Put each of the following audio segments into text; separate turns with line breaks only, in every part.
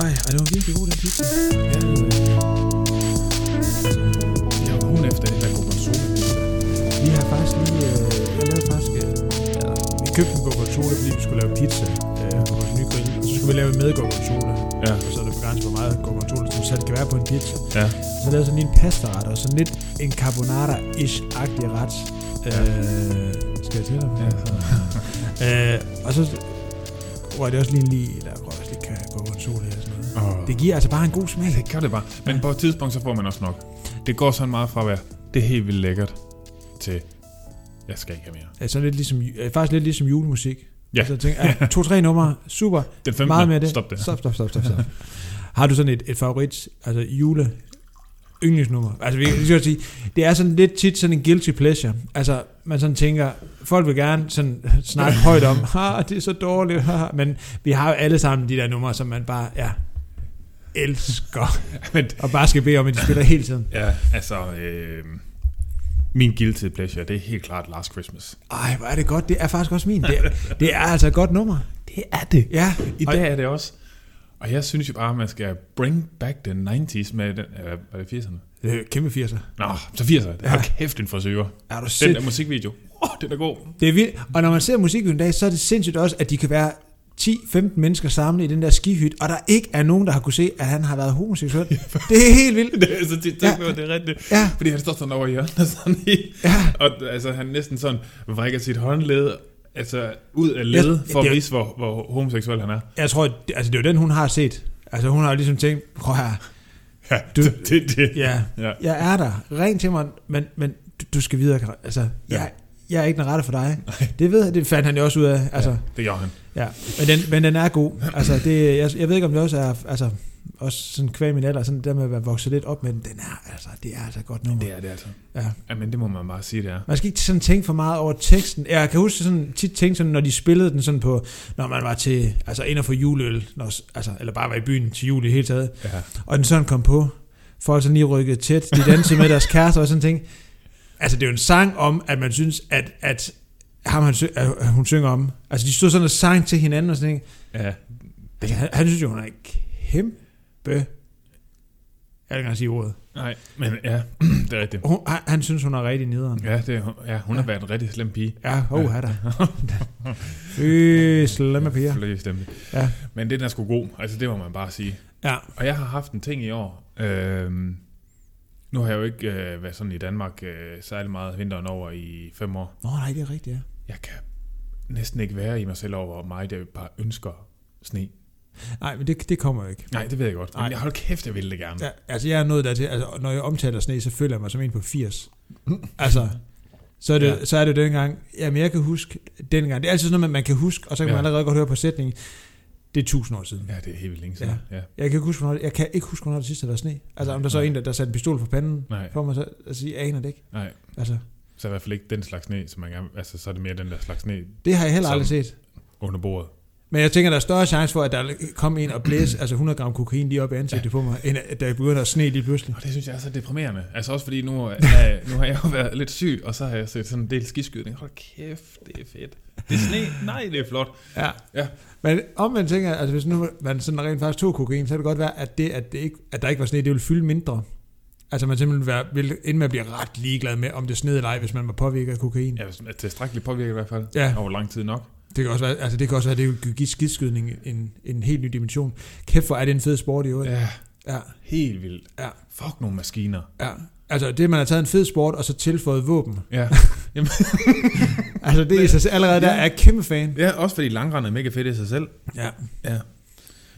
Øj, og det var virkelig god, den pizza. Ja.
Jeg var hun efter det der gorgonzola pizza.
Vi har faktisk lige... Øh, jeg lavede faktisk... Øh, ja, vi købte en gorgonzola, fordi vi skulle lave pizza øh, på vores nye grill. Og så skulle vi lave en med gorgonzola.
Ja.
Og så er det begrænset, hvor meget gorgonzola som selv kan være på en pizza.
Ja.
Så lavede jeg sådan lige en pastaret og sådan lidt en carbonara-ish-agtig ret.
Ja.
Øh, skal jeg til dig?
Ja.
øh, og så røg det også lige lige... Der røg også lige gorgonzola og sådan noget.
Oh.
Det giver altså bare en god smag.
Det gør det bare. Men på et tidspunkt, så får man også nok. Det går sådan meget fra at være, det er helt vildt lækkert, til, jeg skal ikke have mere.
er sådan lidt ligesom, er faktisk lidt ligesom julemusik.
Ja.
Altså, jeg tænker, ja, to-tre numre, super,
Den 15.
meget med det.
Stop det.
Stop, stop, stop, stop, stop. Har du sådan et, et favorit, altså jule yndlingsnummer? Altså, vi, vi skal sige, det er sådan lidt tit sådan en guilty pleasure. Altså, man sådan tænker, folk vil gerne sådan snakke højt om, ah, det er så dårligt, haha." men vi har jo alle sammen de der numre, som man bare, ja, elsker,
Men,
og bare skal bede om, at de spiller hele tiden.
ja, altså, øh, min guilty pleasure, det er helt klart Last Christmas.
Ej, hvor er det godt, det er faktisk også min. Det, det er altså et godt nummer.
Det er det.
Ja,
I
og-
dag er det også. Og jeg synes jo bare, at man skal bring back the 90s med den, øh, var det 80'erne?
Det er kæmpe 80'er.
Nå, så 80'erne. Det er
Ja.
ja. kæft en frisører.
Er du
Den
sind...
der musikvideo. Åh, oh, den er god.
Det er vildt. Og når man ser musikvideoen i dag, så er det sindssygt også, at de kan være 10-15 mennesker samlet i den der skihyt, og der ikke er nogen, der har kunne se, at han har været homoseksuel. det er helt vildt.
Det, altså, det, det,
Ja.
ja. det er rigtigt.
Ja.
Fordi han står sådan over i hjørnet, sådan i,
Ja.
og altså, han næsten sådan vrikker sit håndled altså, ud af led,
Ja,
for
det
at
er-
vise, hvor, hvor homoseksuel han er.
Jeg tror, at det, altså, det er jo den, hun har set. Altså hun har jo ligesom tænkt, prøv her,
Ja,
Du-
det, det, det.
ja,
Ja.
jeg er der, ring til mig, men, men du, du skal videre. Karin. Altså, jeg, jeg er ikke den rette for dig. Det ved jeg, det fandt han jo også ud af. Altså, ja.
det gjorde han.
Ja, men den, men den er god. Altså, det, jeg, jeg ved ikke, om det også er, altså, også sådan kvæg min alder, sådan der med at være vokset lidt op, men den er, altså, det er altså et godt nummer.
Det er det altså.
Ja.
Ja, men det må man bare sige, det er.
Man skal ikke sådan tænke for meget over teksten. Jeg kan huske sådan, tit tænke sådan, når de spillede den sådan på, når man var til, altså ind og få juleøl, når, altså, eller bare var i byen til jul i det hele taget,
Ja.
og den sådan kom på, folk sådan lige rykkede tæt, de dansede med deres kærester og sådan ting. Altså det er jo en sang om, at man synes, at, at ham, han, sy- at hun synger om. Altså de stod sådan og sang til hinanden og sådan ting.
ja.
Altså, han, han synes jo, hun er en kæmpe... Jeg vil gerne sige ordet.
Nej, men ja, det er rigtigt.
Hun, han, han synes, hun er rigtig nederen.
Ja, det er, hun- ja hun har været en rigtig slem pige.
Ja, ho, her der. Fy, slemme piger.
Fløj stemme.
Ja.
Men den er sgu god. Altså, det må man bare sige.
Ja,
Og jeg har haft en ting i år. Øhm, nu har jeg jo ikke øh, været sådan i Danmark øh, særlig meget vinteren over i fem år.
Nå, nej, det er rigtigt, ja.
Jeg kan næsten ikke være i mig selv over, hvor meget jeg bare ønsker sne.
Nej, men det, det kommer jo ikke.
Nej, det ved jeg godt.
Nej.
Men jeg hold kæft, jeg ville det gerne. Ja.
Ja, altså, jeg er nået dertil. Altså, når jeg omtaler sne, så føler jeg mig som en på 80. Altså, så er det,
Ja.
ja. så er det jo dengang. Jamen, jeg kan huske dengang. Det er altid sådan noget, man kan huske, og så kan ja. man
Ja.
allerede godt høre på sætningen. Det er tusind år siden.
ja, det er helt vildt længe siden. Ja. ja.
Jeg kan ikke huske, hvornår, jeg kan ikke huske, hvornår det sidste har været sne. Altså, om der så er en, der, der satte en pistol for panden,
Nej.
for mig så at sige, jeg aner det ikke.
Nej,
Altså,
så er i hvert fald ikke den slags sne, som man gerne... Altså, så er det mere den der slags sne
det har jeg heller
Som-
aldrig set.
under bordet.
Men jeg tænker, der er større chance for, at der kom en og blæs, altså 100 gram kokain lige op i ansigtet på mig, end at der begynder at sne lige pludselig.
Og det synes jeg er så deprimerende. Altså også fordi nu, er, nu har jeg jo været lidt syg, og så har jeg set sådan en del skiskydning. Hold kæft, det er fedt. Det er sne. Nej, det er flot.
Ja.
Ja.
Men om man tænker, altså hvis nu man sådan rent faktisk tog kokain, så kan det godt være, at, det, at, det ikke, at der ikke var sne, det ville fylde mindre. Altså man simpelthen ville være, ville, inden man bliver ret ligeglad med, om det sned eller ej, hvis man var påvirket af kokain. Ja.
Ja, hvis man er tilstrækkeligt påvirket i hvert fald.
Ja.
Over lang tid nok.
Det kan også være, altså det kan også være, at det vil give skidskydning en, en helt ny dimension. Kæft, hvor er det en fed sport i øvrigt.
Ja,
Ja.
helt vildt.
Ja.
Fuck nogle maskiner.
ja. Altså det, man har taget en fed sport, og så tilføjet våben.
Ja,
Altså det er så allerede der, er jeg kæmpe fan.
ja også fordi langrende er mega fedt i sig selv.
Ja.
Ja.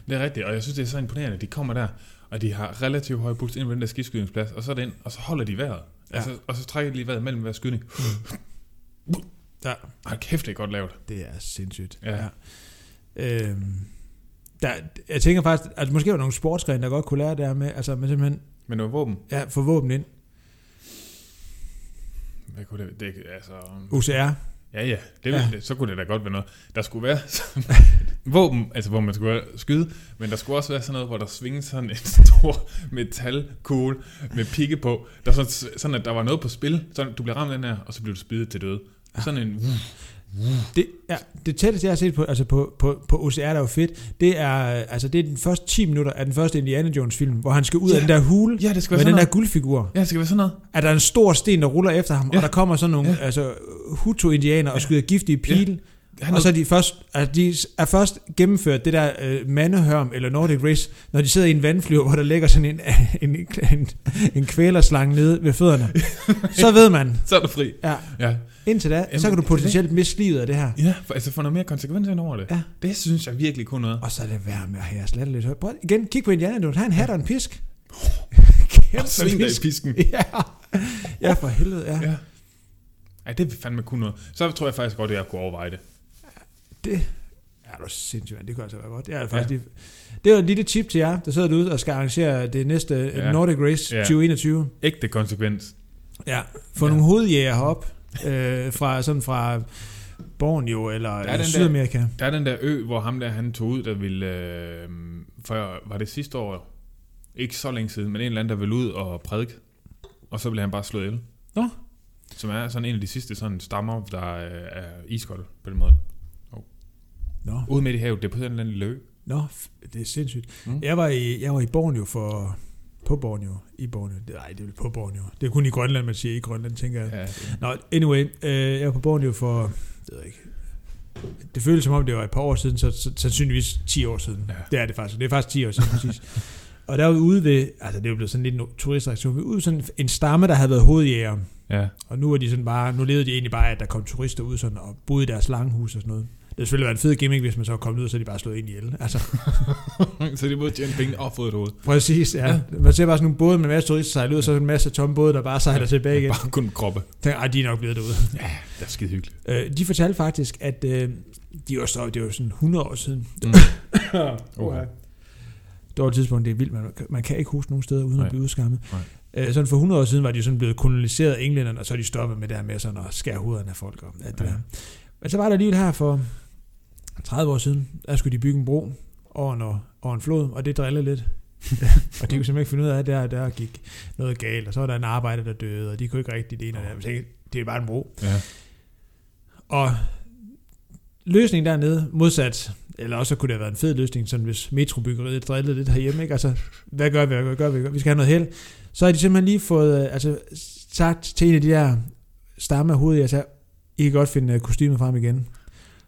Det er rigtigt, og jeg synes, det er så imponerende. De kommer der, og de har relativt høj puls ind på den der skiskydningsplads, og så er det ind, og så holder de vejret.
Ja.
Ja. Altså, og så trækker de lige vejret mellem hver skydning.
ja.
Hold kæft, det er godt lavet.
Det er sindssygt.
Ja.
Øhm, der, jeg tænker faktisk, at altså, måske var nogle sportsgrene, der godt kunne lære det her med, altså man simpelthen
Men noget våben,
ja, få våben ind.
hvad kunne det, det altså,
UCR.
Ja, ja. Det,
Ja.
ja. Det, så kunne det da godt være noget. Der skulle være sådan, våben, altså hvor man skulle skyde, men der skulle også være sådan noget, hvor der svinges sådan en stor metalkugle med pigge på. Der sådan, sådan, at der var noget på spil. Sådan, du bliver ramt af den her, og så bliver du spidet til døde. Sådan en...
Det, ja, det tætteste, jeg har set på, altså på, på, på OCR, der var fedt, det er, altså det er den første 10 minutter af den første Indiana Jones film, hvor han skal ud ja.
Ja.
af den der hule
Ja, det skal
med
være
den
sådan
der
noget.
guldfigur.
Ja, det skal være sådan noget.
At der er en stor sten, der ruller efter ham, ja.
Ja.
og der kommer sådan nogle ja.
Ja.
altså, Hutu-indianer og skyder giftige pile. Ja.
Han
og så er de først, altså de er først gennemført det der øh, mandehørm eller Nordic Race, når de sidder i en vandflyver, hvor der ligger sådan en, en, en, en kvælerslange nede ved fødderne. så ved man,
så er du fri.
ja,
Ja.
indtil da, Jamen,
Jamen,
så kan du
det er det.
potentielt miste livet af det her.
ja, for, altså få noget mere konsekvens ind over det.
Ja.
Det synes jeg virkelig kunne noget.
Og så er det værd med at have slattet lidt højt. Prøv igen, kig på Indiana Jones. Han hat og en pisk.
Og så en der i
pisk.
pisken.
Ja. ja, for helvede. Ja.
Ja. Ej, det vil fandme kunne noget. Så tror jeg faktisk godt, at jeg kunne overveje det.
Ja, det er sindssygt, mand. Det kunne altså være godt. Det, er faktisk ja. lige... det var et lille tip til jer, der sidder derude og skal arrangere det næste ja.
Ja.
Nordic Race ja.
Ja.
2021.
Ægte konsekvens.
Ja. Få ja.
Ja.
nogle hovedjæger herop øh, fra, sådan fra Borneo eller
er
ja,
den der-
Sydamerika. Der.
Der er den der ø, hvor ham der, han tog ud, der ville... Øh, før, var det sidste år? Ikke så længe siden, men en eller anden, der ville ud og prædike. Og så blev han bare slået ihjel.
Nå.
Som er sådan en af de sidste sådan stammer, der øh, er iskolde på den måde.
Nå,
Ude midt i havet, det er på sådan en eller anden lille ø.
nå, f- det er sindssygt. Mm.
Mm.
Jeg, var i, jeg var i Borneo for på Borneo, i Borneo. Det- Nej, det er vel på Borneo. Det er kun i Grønland, man siger i Grønland, tænker jeg.
Ja.
Nå, anyway, øh, jeg var på Borneo for, det ved jeg ikke, det føles som om det var et par år siden, så, så sandsynligvis 10 år siden. Ja.
Ja.
Det er det faktisk, det er faktisk 10 år siden præcis. Og der var vi ude ved, altså det er jo blevet sådan lidt en turistattraktion, vi var ude ved sådan en stamme, der havde været hovedjæger,
ja.
og nu er de sådan bare, nu levede de egentlig bare, af, at der kom turister ud sådan, og boede i deres langhus og sådan noget. Det havde selvfølgelig været en fed gimmick, hvis man så var kommet ud, og så havde de bare slået ind ihjel. Altså,
så de både tjene penge og fået et hoved.
præcis, ja. Man ser bare sådan nogle både med en masse turister sejle ud, og så sådan en masse tomme både, der bare sejler tilbage igen.
Bare kun kroppe.
Tænker, Ej, de er nok blevet derude.
Det er skide hyggeligt.
Øh, de fortalte faktisk, at øh, de var så, det var sådan 100 år siden.
Mm.
Uha. Det var et tidspunkt, det er vildt. Man, man kan ikke huske nogen steder, uden Nej.
Nej.
at blive udskammet.
Nej.
Øh, sådan for 100 år siden var de sådan blevet koloniseret af englænderne, og så er de stoppet med det her med sådan at skære hovederne af folk. Og alt det
Ja.
der. Men så var der alligevel her for 30 år siden, der skulle de bygge en bro over en, over en flod, og det drillede lidt. og de kunne simpelthen ikke finde ud af, at der, der gik noget galt, og så var der en arbejder, der døde, og de kunne ikke rigtig det ene og det andet. Jeg tænkte, Det er bare en bro.
Ja.
Og løsningen dernede, modsat, eller også kunne det have været en fed løsning, sådan hvis metrobyggeriet drillede lidt herhjemme, ikke? Altså, hvad gør vi, hvad gør vi, hvad gør vi? Vi skal have noget held. Så har de simpelthen lige fået øh, altså, sagt til en af de der stamme af hovedet, jeg sagde, I kan godt finde øh, kostymet frem igen.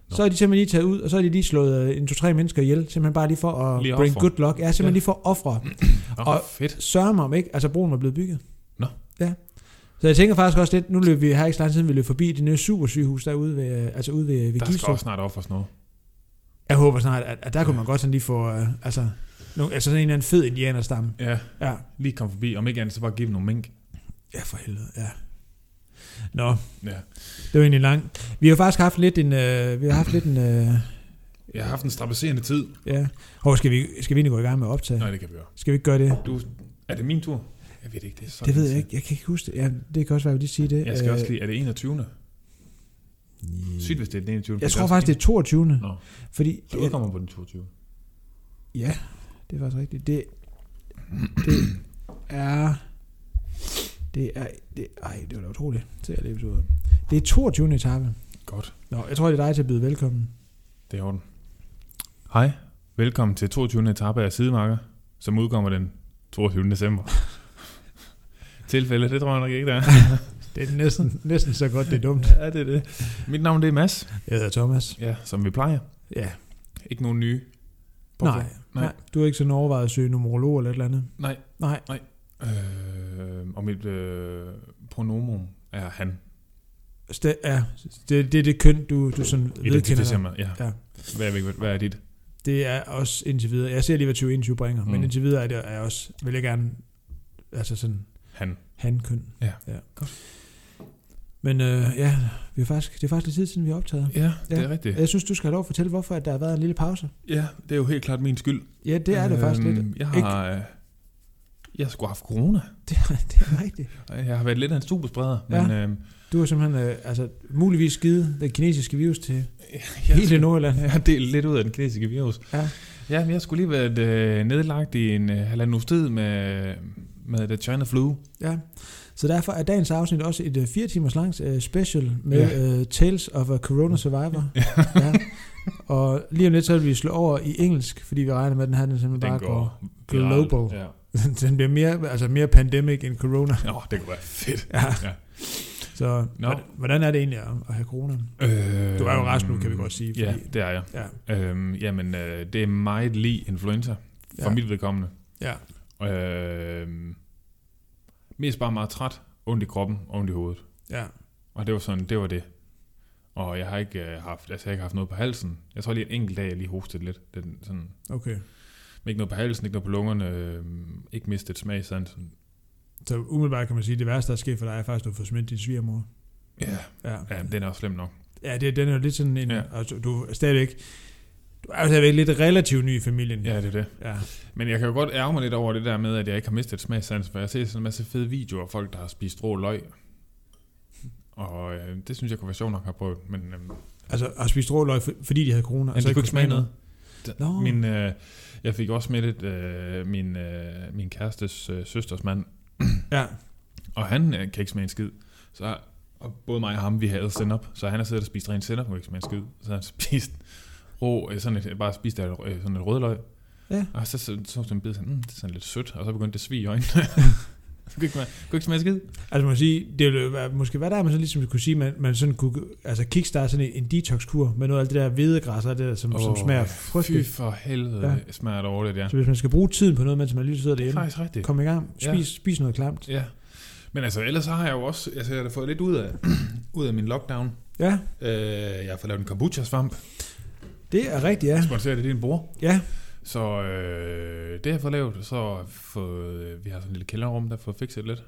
Nå. Så har de simpelthen lige taget ud, og så har de lige slået øh, en, to, tre mennesker ihjel, simpelthen bare lige for at
Lige
lige bring
ofre.
good luck. Ja, simpelthen ja.
Ja.
lige for at ofre.
Nå,
Og-
og fedt.
Sørg mig om ikke, altså broen var blevet bygget.
Nå.
Ja. Så jeg tænker faktisk også lidt, nu løb vi her ikke så lang tid, siden, vi løb forbi det nye supersygehus derude ved, øh, altså ude ved, ved
Der skal
Gistrup.
også snart offers noget.
Jeg håber snart, at, at der kunne man godt sådan lige få, øh, altså, nogle, altså sådan en eller anden fed indianerstamme.
Ja,
Ja.
lige kom forbi. Om ikke andet, så bare give dem nogle mink.
Ja, for helvede, ja. Nå,
Ja.
det var egentlig langt. Vi har faktisk haft lidt en, øh, vi har haft lidt en, øh,
Jeg har haft en strapasserende tid.
ja. Hov, skal vi, skal vi egentlig gå i gang med at optage?
Nej, det kan vi gøre.
Skal vi ikke gøre det?
Du, er det min tur? Jeg ved det ikke, det er så
Det ved
lang
jeg
tid.
ikke, jeg kan ikke huske det. Ja, det kan også være, at vi lige siger det.
Jeg skal
Øh,
også lige, er det 21. Sygt, hvis det er den 21.
Jeg tror faktisk, det er 22.
Nå.
Fordi,
Du
ja,
udkommer på den 22.
ja, det er faktisk rigtigt. Det, det er... Det er... Det, ej, det var da utroligt. Se, jeg lige ud. Det er 22. etape.
Godt.
Nå, jeg tror, det er dig til at byde velkommen.
Det er orden. Hej. Velkommen til 22. etape af Sidemarker, som udkommer den 22. december. Tilfælde, det tror jeg nok ikke, der er.
Det er næsten, næsten så godt, det er dumt.
ja, det er det. Mit navn det er Mads.
Jeg hedder Thomas.
Ja, som vi plejer.
Ja.
Ikke nogen nye.
Nej, nej.
Nej.
nej. Du har ikke sådan overvejet at søge numerolog eller et eller andet?
Nej.
Nej.
Øh, og mit øh, pronomen er han.
Det er det, det, er det køn, du, du sådan vedkender
Identificerer
dig.
mig. Ja.
Ja.
Hvad, er, hvad- hvad er dit?
Det er også indtil videre. Jeg ser lige, hvad 2021 bringer, mm. men
Mm.
indtil videre er det er jeg også, vil jeg gerne, altså sådan
Han.
hankøn.
Ja.
ja. Men øh, ja, vi er faktisk, det er faktisk lidt tid siden, vi har optaget.
Ja, det
Ja.
er rigtigt.
Jeg synes, du skal have lov at fortælle, hvorfor at der har været en lille pause.
Ja, det er jo helt klart min skyld. Øhm,
Ja, det er det faktisk lidt.
Jeg har, øh, jeg skulle have haft corona.
Det er, det er rigtigt.
Jeg har været lidt af en superspreder,
Ja.
ja. men øh,
Du har simpelthen øh, altså, muligvis givet den kinesiske virus til
jeg,
hele Nordjylland.
jeg har delt lidt ud af den kinesiske virus.
Ja.
ja men jeg skulle lige været øh, nedlagt i en øh, halvanden uges tid med, med The China Flu.
Ja, Så derfor er dagens afsnit også et øh, fire timers langt øh, special med øh, Tales of a Corona Survivor. Ja. ja. Og lige om lidt, så vil vi slå over i engelsk, fordi vi regner med, at den her den simpelthen
Den
bare går.
går
global.
viralt. Ja.
den bliver mere, altså mere pandemic end corona.
Nå, det kunne være fedt.
Ja.
Ja.
Så
Nå.
hvordan- hvordan er det egentlig at, at have corona?
Øh,
Du er jo rask nu, kan vi godt sige,
Ja,
fordi-
det er jeg.
Ja,
Øhm, jamen, øh, det er meget lige influenza, for
Ja.
ja. mit vedkommende.
ja,
Øhm, mest bare meget træt, ondt i kroppen, ondt i hovedet.
ja.
Og det var sådan, det var det. Og jeg har ikke øh, haft, altså jeg har ikke haft noget på halsen. Jeg tror lige en enkelt dag, jeg lige hostede lidt. Den, sådan,
Okay.
men ikke noget på halsen, ikke noget på lungerne, øh, ikke mistet smagsansen.
Så umiddelbart kan man sige, at det værste, der er sket for dig, er faktisk, at du får smidt din svigermor.
Ja,
Ja,
ja, den er også slem nok.
ja det, den er jo lidt sådan en... Ja.
Ja.
Altså, du er stadigvæk... Du er jo stadigvæk lidt relativt ny i familien.
Ja, det er det.
ja.
Men jeg kan jo godt ærge mig lidt over det der med, at jeg ikke har mistet smagssansen, for jeg ser sådan en masse fede videoer af folk, der har spist rå løg. Og øh, det synes jeg kunne være sjovt nok at have prøvet, men øh,
Altså, har spist rå løg, for- fordi de havde corona.
altså,
så
jeg kunne ikke smage noget.
Nå.
Min, øh, jeg fik også smittet øh, min, øh, min kærestes øh, søsters mand,
Ja,
og han øh, kan ikke smage en skid. Så og både mig og ham, vi havde sennep, så han har siddet og spist ren sennep, og kunne ikke smage en skid. Så han spist rå, øh, sådan et, bare spist af, øh, sådan et rødløg.
Ja.
Og så så, så, så en bid, sådan, mm, det er sådan lidt sødt, og så begyndte det at svige i øjnene. så kunne ikke, smage- kunne ikke smage en skid.
altså man kan sige, det ville jo være, måske hvad der er, man sådan ligesom kunne sige, man, man sådan kunne altså kickstarte sådan en, en detox-kur med noget af alt det der hvedegræs og alt det der, som, oh, som
Åh,
smager
ja. Fy
frygteligt.
for helvede, ja. smager det dårligt, ja.
Så hvis man skal bruge tiden på noget, mens man lige sidder
Det er
derhjemme,
faktisk rigtigt.
kom i gang,
Ja.
spis, ja. spis noget klamt.
Ja. Men altså, ellers så har jeg jo også, altså jeg har da fået lidt ud af, ud af min lockdown.
Ja,
Øh, jeg har fået lavet en kombucha-svamp,
det er rigtigt, ja.
sponsoreret af din bror.
Ja,
Så øh, det har jeg fået lavet, så har jeg fået, vi har sådan en lille kælderrum, der har fået fikset lidt.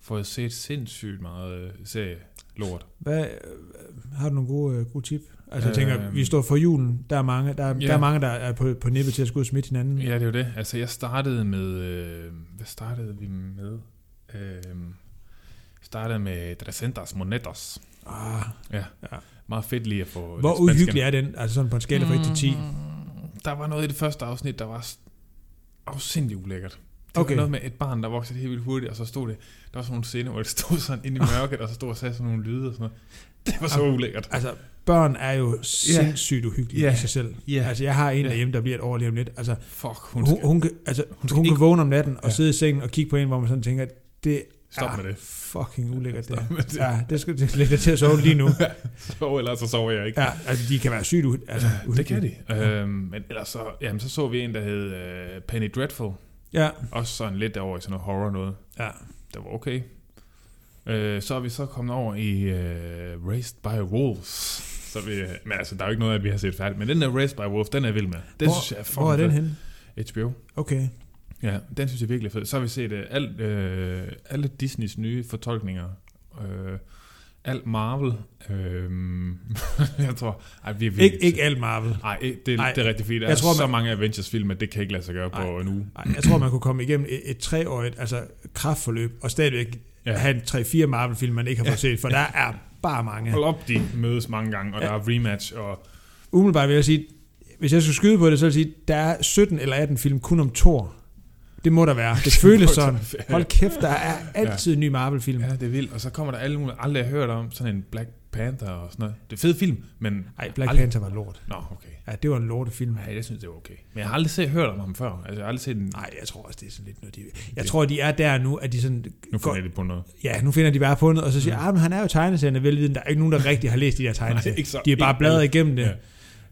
Fået set sindssygt meget øh, serie lort.
Hvad, øh, har du nogle gode, øh, gode tip? Altså jeg tænker,
Øhm.
vi står for julen, der er mange, der,
Ja.
der, er, mange, der er på, på nippet til at skulle smitte hinanden.
Ja, det er jo det. Altså, jeg startede med... Øh, hvad startede vi med? Øh, startede med Dresendas Monetas.
Ah,
Meget fedt lige at få...
hvor
lidt spansk Mm. ind.
uhyggelig er den, altså sådan på en skala fra 1 til 10?
Der var noget i det første afsnit, der var s- afsindig ulækkert. Det okay.
Okay.
var noget med et barn, der voksede helt vildt hurtigt, og så stod det, der var sådan nogle scener, hvor det stod sådan inde i mørket, og så stod og sagde sådan nogle lyde og sådan noget. Det var så ulækkert.
Altså, børn er jo sindssygt uhyggelige
Ja.
i sig selv.
Ja.
Altså, jeg har en
Ja.
derhjemme, der bliver et år lige om lidt. Altså,
Fuck, hun
hun,
skal
hun, hun, kan, altså, hun,
skal
hun kan
ikke-
vågne om natten og
Ja.
sidde i sengen og kigge på en, hvor man sådan tænker, det
stoppe
er
med det.
fucking ulækkert det.
Stop
her.
med det.
Ja, det skal det lægge dig til at sove lige nu.
Sov, ellers så sover jeg ikke.
Ja, altså, de kan være sygt uhy- altså, uhyggelige.
det kan de. Øhm, men ellers så, jamen, så så vi en, der hed øh, Penny Dreadful.
Ja,
Også sådan lidt over i sådan noget horror noget.
ja.
Det var okay. Øh, så er vi så kommet over i øh, Raised by Wolves. Så vi, øh, men altså, der er jo ikke noget, at vi har set færdigt. Men den der Raised by Wolves, den er jeg vild med. Den
Hvor-
synes jeg er fucking
Hvor er den
fed.
henne?
HBO.
Okay.
Ja, den synes jeg virkelig er fed. Så har vi set øh, alt, øh, alle Disneys nye fortolkninger. Øh, alt Marvel. Øh, jeg tror... Ej, vi er
Ikke, ikke alt Marvel.
Nej, det, det,
Ej,
er rigtig fint. Der
jeg
jeg er
tror,
tror, så
man-
mange Avengers-film, at det kan ikke lade sig gøre på
Ej.
en uge.
Ej, Jeg tror, man kunne komme igennem et, et treårigt altså, kraftforløb, og stadigvæk ja.
Ja.
have en 3-4 Marvel-film, man ikke har fået set, for der er bare mange.
Hold op, de mødes mange gange, og der er rematch, og
Umiddelbart vil jeg sige, hvis jeg skulle skyde på det, så vil jeg sige, der er 17 eller 18 film kun om Thor. Det må der være. Det føles sådan. Hold kæft, der er altid en ny Marvel-film.
Ja, det er vildt. Og så kommer der alle mulige, aldrig har hørt om, sådan en Black Panther og sådan noget. Det er fed film, men...
Ej, Black
aldrig-
Panther var lort.
Nå, okay.
Ja, det var en lortefilm.
Nej, jeg synes, det var okay. Men jeg har aldrig set, hørt om ham før. Altså, jeg har aldrig set en...
Nej, jeg tror også, det er sådan lidt noget, de... Jeg tror, de er der nu, at de sådan...
Nu får jeg lidt på noget.
ja, nu finder de bare på noget, og så siger, ah, men han er jo tegneserien af velviden. Der er ikke nogen, der rigtig har læst de der tegneserier.
Mm. Nej, ikke så-
de er bare
ikke
bladret
alle.
igennem det.
Ja. Der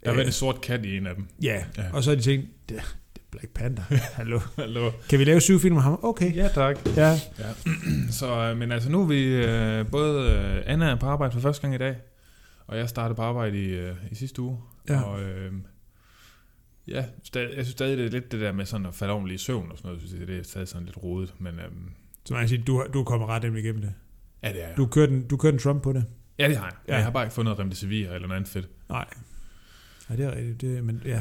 har
Øh.
været en sort kat i en af dem.
Ja, ja.
Ja.
og så har de tænkt, det, det er Black Panther, hallo.
Hallo.
Kan vi lave syv film om ham? Okay,
Ja, tak.
ja.
Så, øh, men altså, nu er vi... Øh, både øh, Anna er på arbejde for første gang i dag, og jeg startede på arbejde i, øh, i sidste uge.
ja.
Og, øh, ja, stadig, jeg synes stadig, det er lidt det der med sådan at falde ordentligt i søvn og sådan noget. Jeg synes, det er stadig sådan lidt rodet, men... Øh,
Så man kan sige, du, har- du kommer ret nemt igennem det.
ja, det er jeg.
Du kørte en, du kørte en Trump på det.
Ja, det har jeg.
Ja.
Ja. Jeg har bare ikke fundet noget remdesivir eller noget andet fedt.
Nej. Nej, det er rigtigt. Det, men ja,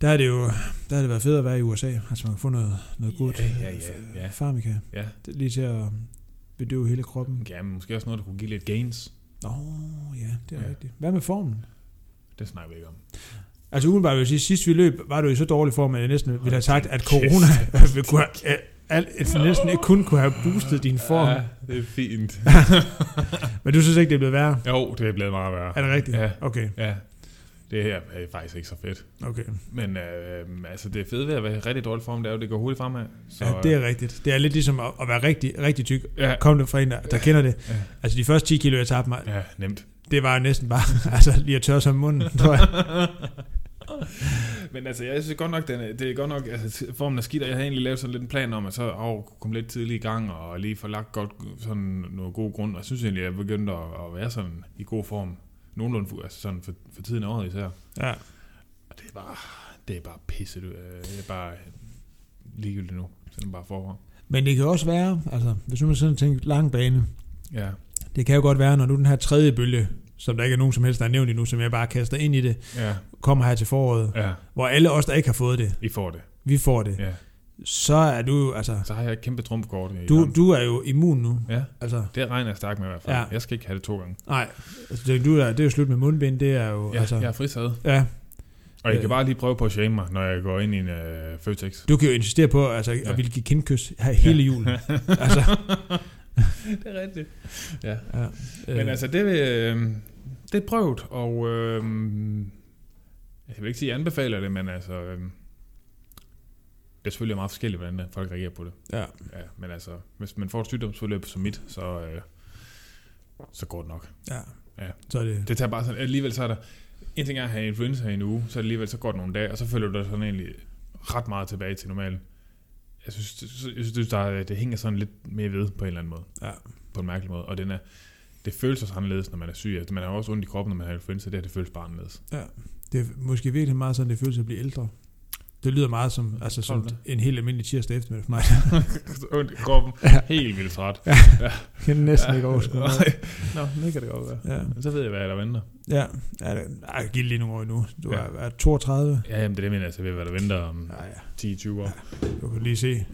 der er det jo, der har det været fedt at være i USA. Altså man kan få noget, noget godt. øh,
Ja, ja, ja, ja.
Farmika.
Ja.
Det er lige til at bedøve hele kroppen.
Ja, men måske også noget, der kunne give lidt gains.
Åh, oh, ja, det er ja.
Ja.
rigtigt. Hvad med formen?
Det snakker vi ikke om.
Altså umiddelbart vil jeg sige, sidst vi løb, var du i så dårlig form, at jeg næsten ville have sagt, at
Hold
corona ville kunne have øh, Alt, altså næsten ikke kun kunne have boostet din form.
Ja, det er fint.
Men du synes ikke, det er blevet værre?
Jo, det er blevet meget værre.
Er det rigtigt?
Ja,
Okay,
ja. Det her er faktisk ikke så fedt.
okay.
Men øh, altså, det fede ved at være i rigtig dårlig form, det er jo, det går hurtigt fremad. Så,
Ja, det er rigtigt. Det er lidt ligesom at, at være rigtig, rigtig tyk.
Ja.
Kom det fra en, der, der kender det.
Ja.
Altså de første 10 kilo, jeg tabte mig,
øh, Ja, nemt.
det var jo næsten bare altså, lige at tørre sig om munden, tror jeg.
Men altså, jeg synes godt nok, den er, det er godt nok, altså, formen er skidt, og jeg havde egentlig lavet sådan lidt en plan om, at så åh, kunne komme lidt tidlig i gang, og lige få lagt godt sådan noget god grund, og jeg synes egentlig, at jeg begyndte at, at være sådan i god form, nogenlunde for, altså sådan for, for tiden af året især.
Ja.
Og det er bare, det er bare pisse, du, øh, det er bare ligegyldigt nu, sådan bare forår.
Men det kan også være, altså hvis nu man sådan tænker lang bane,
Ja,
det kan jo godt være, når nu den her tredje bølge, som der ikke er nogen som helst, der er nævnt endnu, som jeg bare kaster ind i det,
ja,
kommer her til foråret,
ja,
hvor alle os, der ikke har fået det,
I får det.
vi får det,
Ja.
så er du jo, altså,
Så har jeg et kæmpe trumfkort i
du,
hånden.
du er jo immun nu.
Ja,
Altså,
det regner jeg stærkt med i hvert fald.
Ja.
Ja. Jeg skal ikke have det to gange.
nej, altså, det, du er, det er jo slut med mundbind, det er jo,
Ja,
altså,
altså, jeg er fritaget.
ja,
Og I
Øh.
kan bare lige prøve på at shame mig, når jeg går ind i en øh, Føtex.
Du kan jo insistere på altså, at
Ja.
ville give kindkys her hele
Ja.
julen. altså,
det er rigtigt.
ja.
Men
Øh,
altså, det, øh, det er prøvet, og øh, jeg vil ikke sige, at jeg anbefaler det, men altså, øh, det er selvfølgelig meget forskelligt, hvordan øh, folk reagerer på det.
Ja.
ja men altså, hvis man får et sygdomsforløb som mit, så, øh, så går det nok.
ja.
Ja.
Så er det,
Det tager bare sådan, alligevel så er der, en ting er at have influenza i en uge, så alligevel så går det nogle dage, og så følger du dig sådan egentlig ret meget tilbage til normalen. Jeg synes, jeg synes der, er- det hænger sådan lidt mere ved på en eller anden måde.
Ja.
På en mærkelig måde. Og den er, det føles også anderledes, når man er syg. Altså, man har jo også ondt i kroppen, når man har influenza. Det, her, det føles bare anderledes.
det er måske virkelig meget sådan, det føles at blive ældre. Det lyder meget som, altså,
Tror du
som en helt almindelig tirsdag eftermiddag for mig.
ondt i kroppen. Helt vildt træt.
Jeg kan næsten ikke overskue det.
Nej. Nå, det kan det godt være.
Ja,
Men så ved jeg, hvad der venter.
ja. ja det- ej, giv det lige nogle år endnu. Du
Ja.
er, er 32.
Ja, jamen, det er det, jeg mener. Altså, jeg ved, hvad der venter om
Ja, ja.
10-20 år.
Du kan lige se.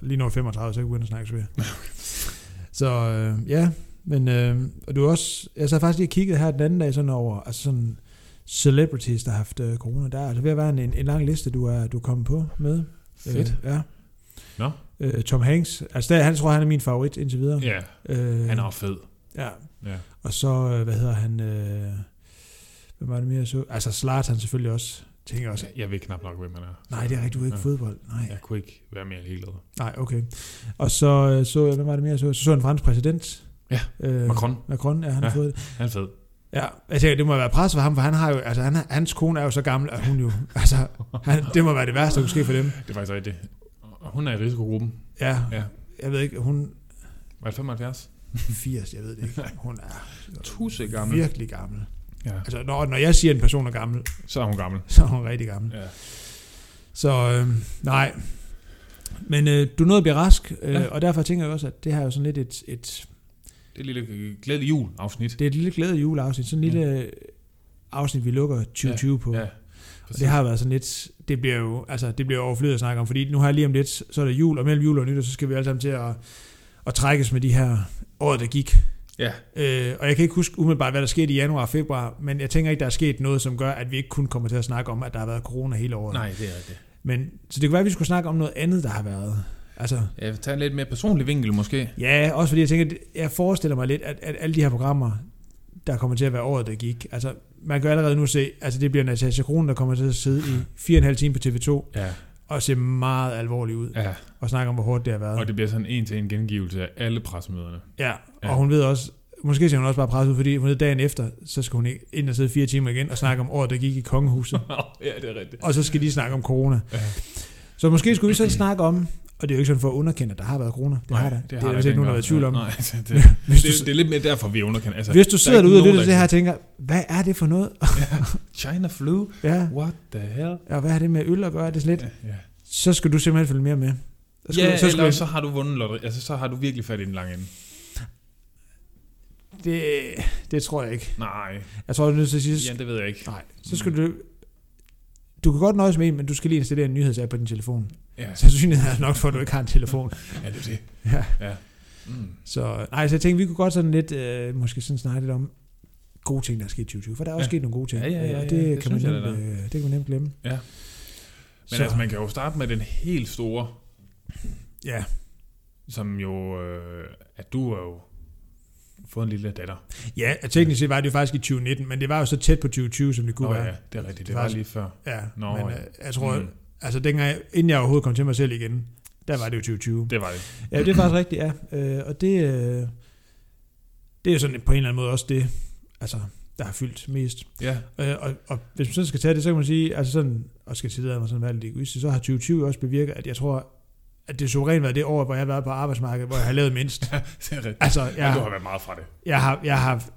Lige når 35, så kan vi begynde at snakke svært. Så øh, ja, men øh, og du er også, jeg sad faktisk lige og kiggede her den anden dag sådan over, altså sådan celebrities, der har haft øh, corona. Der er altså ved at være en, en lang liste, du er, du er kommet på med.
Fedt.
Øh, ja.
Nå.
Øh, Tom Hanks, altså der, han tror, han er min favorit indtil videre.
Ja,
Øh,
han er også fed.
Ja.
Ja.
Og så, øh, hvad hedder han, øh, hvad var det mere jeg så? Altså Slart han selvfølgelig også, tænker også,
Jeg- Altså, Jeg ved knap nok, hvem han er.
nej det er rigtigt, du er ikke ja.
Ja.
fodbold. Nej.
Jeg kunne ikke være mere ligeglad.
Nej, okay. Og så øh, så jeg, hvad var det mere, jeg så? Så så jeg en fransk præsident.
Ja,
øh,
Macron,
Macron, ja, han ja. har
Ja.
fået det.
han er fed.
Ja, jeg tænker, det må være pres for ham, for han har jo, altså han, er- hans kone er jo så gammel, at hun jo, altså, han, det må være det værste, der kunne ske for dem.
Det er faktisk rigtigt. Og Hun er i risikogruppen.
Ja,
Ja.
jeg ved ikke, hun
Var det 75?
er 80, jeg ved det ikke. Hun er
Tusse
virkelig gammel.
Ja,
Altså, når, når jeg siger, at en person er gammel,
så er hun gammel.
så er hun rigtig gammel.
Ja.
Så øh, nej. Men øh, du nåede at blive rask, øh, ja.
Ja.
og derfor tænker jeg også, at det her er jo sådan lidt et, et
Det er et lille glædelig jul-afsnit.
Det er et lille glæde juleafsnit. Sådan en lille øh, afsnit, vi lukker 2020 på.
Ja,
og det har været sådan lidt... Det bliver jo altså, det bliver overflødigt at snakke om, fordi nu har jeg lige om lidt, så er det jul, og mellem jul og nytår, så skal vi alle sammen til at, at trækkes med de her år, der gik.
Ja.
Øh, og jeg kan ikke huske umiddelbart, hvad der skete i januar og februar, men jeg tænker ikke, der er sket noget, som gør, at vi ikke kun kommer til at snakke om, at der har været corona hele året.
Nej, det er det.
Men, så det kunne være, at vi skulle snakke om noget andet, der har været. Altså,
Jeg vil tage en lidt mere personlig vinkel måske.
Ja, også fordi jeg tænker, jeg forestiller mig lidt, at, at alle de her programmer, der kommer til at være året, der gik, altså man kan jo allerede nu se, altså det bliver Natasha Kron, der kommer til at sidde i 4,5 timer på TV2
Ja,
og se meget alvorlig ud
ja.
og snakke om, hvor hårdt det har været.
Og det bliver sådan en til en gengivelse af alle pressemøderne.
ja,
Ja.
og hun ved også, måske ser hun også bare presset ud, fordi hun ved dagen efter, så skal hun ikke ind og sidde fire timer igen og snakke om året, der gik i kongehuset.
ja, det er rigtigt.
og så skal de snakke om corona.
Ja.
Så måske skulle vi så snakke om, og det er jo ikke sådan for at underkende, at der har været corona. Det har der. Det, det er der vist ikke nogen, der har været i tvivl om.
Nej, altså, det,
Hvis
det,
du,
det, er lidt mere derfor, vi underkender. Altså,
Hvis du
er
sidder
ikke
derude og
nogen,
lytter til
der
det her og tænker, hvad er det for noget?
China flu,
Ja,
what the hell?
og hvad har det med øl at gøre? Er Det er sådan lidt,
Ja, ja.
så skal du simpelthen følge mere med. Så skal,
ja,
du- så
eller
skal
så har du vundet lotteri. Altså, så har du virkelig fat i den lange ende.
du, det, det tror jeg ikke.
Nej,
Jeg tror, du er nødt til at sige,
ja,
så,
det ved jeg ikke.
nej, så skal du... Du kan godt nøjes med en, men du skal lige installere en nyhedsapp på din telefon.
Ja,
Sandsynligheden er nok for, at du ikke har en telefon.
ja det er det.
Ja.
ja. Mm.
Så, nej, så jeg tænkte, vi kunne godt sådan lidt, øh, måske sådan snakke lidt om gode ting, der er sket i 2020. For der er også
Ja.
sket nogle gode ting.
Ja, ja, ja,
og
ja,
det,
det
kan man
synes jeg,
nemt, øh, det kan man nemt glemme.
Ja. Men
Så-
altså, man kan jo starte med den helt store
Ja,
som jo, øh, at du har jo fået en lille datter.
ja og teknisk set var det jo faktisk i 2019, men det var jo så tæt på 2020, som det kunne
Nå
være.
ja, det er rigtigt, det var
Faktisk-
lige før.
Ja,
Nå,
men
ja.
øh, jeg tror,
Mm.
mm. altså dengang, jeg- inden jeg overhovedet kom til mig selv igen, der var det jo 2020.
Det var det.
Ja, det er faktisk rigtigt, ja. Øh, og det, øh, det er jo sådan på en eller anden måde også det, altså, der har fyldt mest.
Ja,
Øh, og, og hvis man sådan skal tage det, så kan man sige, altså sådan, og skal tillade mig sådan være lidt egoistisk, så har 2020 også bevirket, at jeg tror, at det suverænt været det år, hvor jeg har været på arbejdsmarkedet, hvor jeg har lavet mindst.
det er rigtigt.
Altså,
Ja. Men du har
jeg,
været meget fra det.
jeg, har, jeg har, det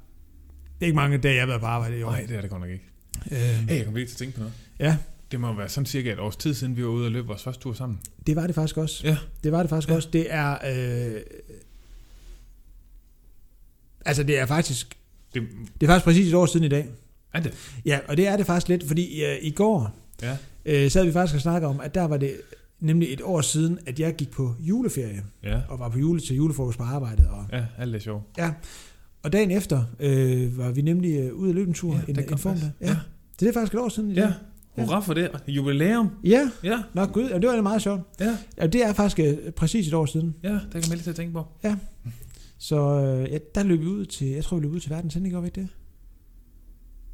er ikke mange dage, jeg har været på arbejde i år.
Nej, det er det godt nok ikke. Hey,
Øh,
jeg kom virkelig til at tænke på noget.
Ja.
Det må jo være sådan cirka et års tid siden, vi var ude og løbe vores første tur sammen.
det var det faktisk også.
Ja.
Det var det faktisk
Ja.
også. Det er, øh, altså det er faktisk
Det,
Det er faktisk præcis et år siden i dag.
er det?
Ja, og det er det faktisk lidt, fordi øh, i går
Ja.
øh, sad vi faktisk og snakkede om, at der var det nemlig et år siden, at jeg gik på juleferie,
Ja.
og var på jule til julefrokost på arbejdet. Og,
Ja, alt er sjovt.
og dagen efter øh, var vi nemlig øh, ude at løbe en tur,
Ja,
ja, en,
det kan
en form
passe.
der. Ja.
Ja.
ja. Så det er faktisk et år siden i
Ja.
dag.
Hurra for det. Jubilæum.
Ja,
Ja,
nå gud, ja, det var da meget sjovt.
ja,
Ja, det er faktisk øh, præcis et år siden.
ja. Det kan man lige til at tænke på.
Så øh, ja, der løb vi ud til, jeg tror vi løb ud til verdens ende, gjorde vi ikke det?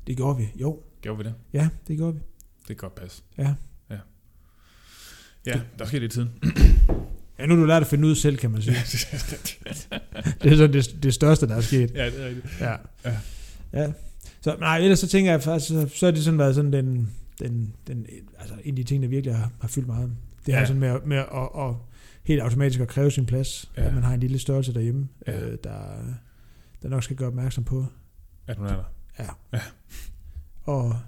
Det gjorde vi, jo.
Gjorde vi det?
Ja, det gjorde vi.
Det kan godt passe.
Ja.
Ja. Ja, der sker lidt i tiden.
Ja, nu har du lært at finde ud selv, kan man sige. Det er sådan det, det største, der er sket.
ja, det er rigtigt.
Ja.
Ja.
ja. Så nej, ellers så tænker jeg faktisk, så, så er det sådan været sådan den, den, den altså en af de ting, der virkelig har, har fyldt meget. Det er
Ja.
sådan med, at- med at, at, at helt automatisk at kræve sin plads,
Ja.
ja. at man har en lille størrelse derhjemme,
Ja.
ja. øh, der, der nok skal gøre opmærksom på.
At hun er der.
Og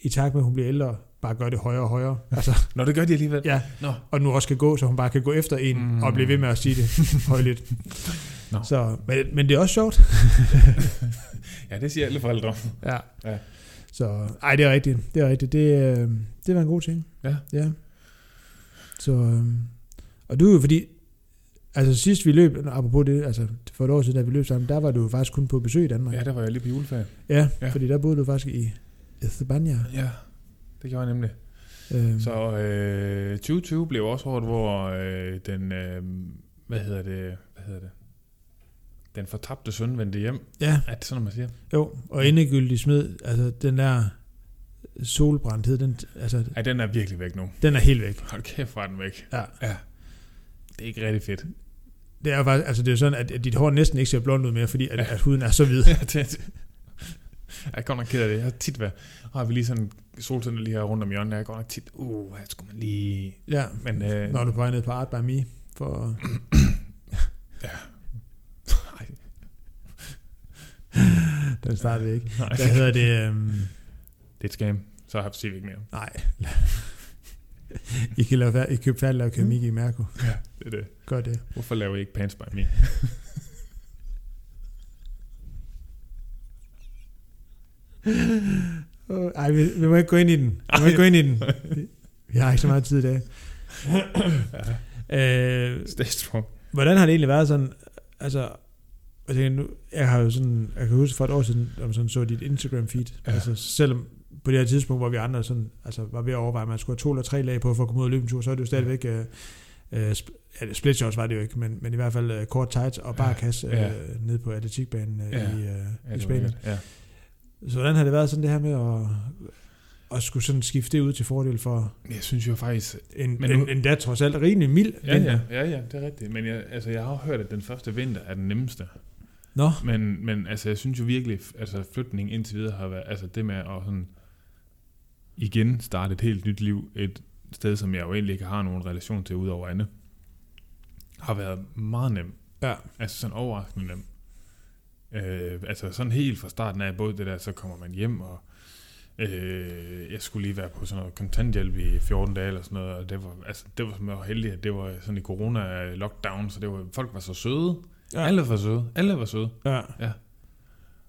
i takt med, at hun bliver ældre, bare gør det højere og højere. Altså,
Nå, det gør de alligevel.
ja.
Nå.
Og nu også kan gå, så hun bare kan gå efter en
Mm.
mm. og blive ved med at sige det højlydt.
Nå.
Så, men, men det er også sjovt.
Ja, det siger alle forældre.
Ja.
Ja.
ja. Så, ej, det er rigtigt. Det er rigtigt. Det, øh, det var en god ting.
Ja.
ja. Så, øh, og du er jo fordi, altså sidst vi løb, nå, apropos det, altså for et år siden, da vi løb sammen, der var du jo faktisk kun på besøg i Danmark.
Ja, der var jeg lige på juleferie.
ja,
Ja.
ja. fordi der boede du faktisk i España.
Ja, det gjorde jeg nemlig.
Øh,
Så øh, 2020 blev også hårdt, hvor øh, den, øh, hvad hedder det, hvad hedder det, den fortabte søn vendte hjem.
Ja,
Er det sådan, man siger?
jo, og endegyldig smed, altså den der solbrændthed, den, altså,
Ej, den er virkelig væk nu.
den er helt væk.
Hold kæft, var den væk.
Ja.
ja. Det er ikke rigtig fedt.
Det er jo faktisk, altså det er sådan, at, at dit hår næsten ikke ser blond ud mere, fordi at,
Ja.
ja. at huden er så hvid.
Ja, det, det. Jeg er godt nok ked af det. Jeg har tit været, har vi lige sådan soltænder lige her rundt om hjørnet. Jeg er godt nok tit, uh, her skulle man lige...
Ja,
Men øh,
når du er på vej ned på Art by Me for
nej,
Den startede ikke.
nej,
Hvad hedder det? Øhm,
det er et scam. Så har siger vi ikke mere.
nej. I kan lave, fær- I kan købe færdig lave keramik i Mærko.
Ja, det er det.
Gør det.
Hvorfor laver I ikke pants by me?
Åh, Ej, vi, vi, må ikke gå ind i den. Vi må ikke gå ind i den. Vi- Vi har ikke så meget tid i dag. Øh,
Stay strong.
hvordan har det egentlig været sådan, altså, jeg, tænker, nu, jeg har jo sådan, jeg kan huske for et år siden, om sådan så dit Instagram feed,
Ja.
ja. altså selvom på det her tidspunkt, hvor vi andre sådan, altså, var ved at overveje, at man skulle have to eller tre lag på for at komme ud og løbe en tur, så er det jo stadigvæk, øh, øh, sp- ja, split shorts var det jo ikke, men, men i hvert fald øh, kort tights og bare kasse øh,
Ja.
ned på atletikbanen øh,
Ja.
i, øh, i
Ja, det var
Spanien.
lækkert. Ja.
Så hvordan har det været sådan det her med at, at skulle sådan skifte det ud til fordel for
Men Jeg synes jo faktisk...
en,
Men
men
nu-
en, en da trods alt rimelig mild
Ja,
vinter?
ja, ja, ja, det er rigtigt. Men jeg, altså, jeg har jo hørt, at den første vinter er den nemmeste.
Nå,
Men, men altså, jeg synes jo virkelig, altså flytning indtil videre har været, altså det med at sådan igen starte et helt nyt liv, et sted, som jeg jo egentlig ikke har nogen relation til udover andet, har været meget nem.
Ja.
Altså sådan overraskende nem. Øh, altså sådan helt fra starten af, både det der, så kommer man hjem, og øh, jeg skulle lige være på sådan noget kontanthjælp i 14 dage eller sådan noget, og det var, altså, det var som jeg var heldig, at det var sådan i corona-lockdown, så det var, folk var så søde. Ja.
Ja.
Alle var søde. Alle var søde.
ja.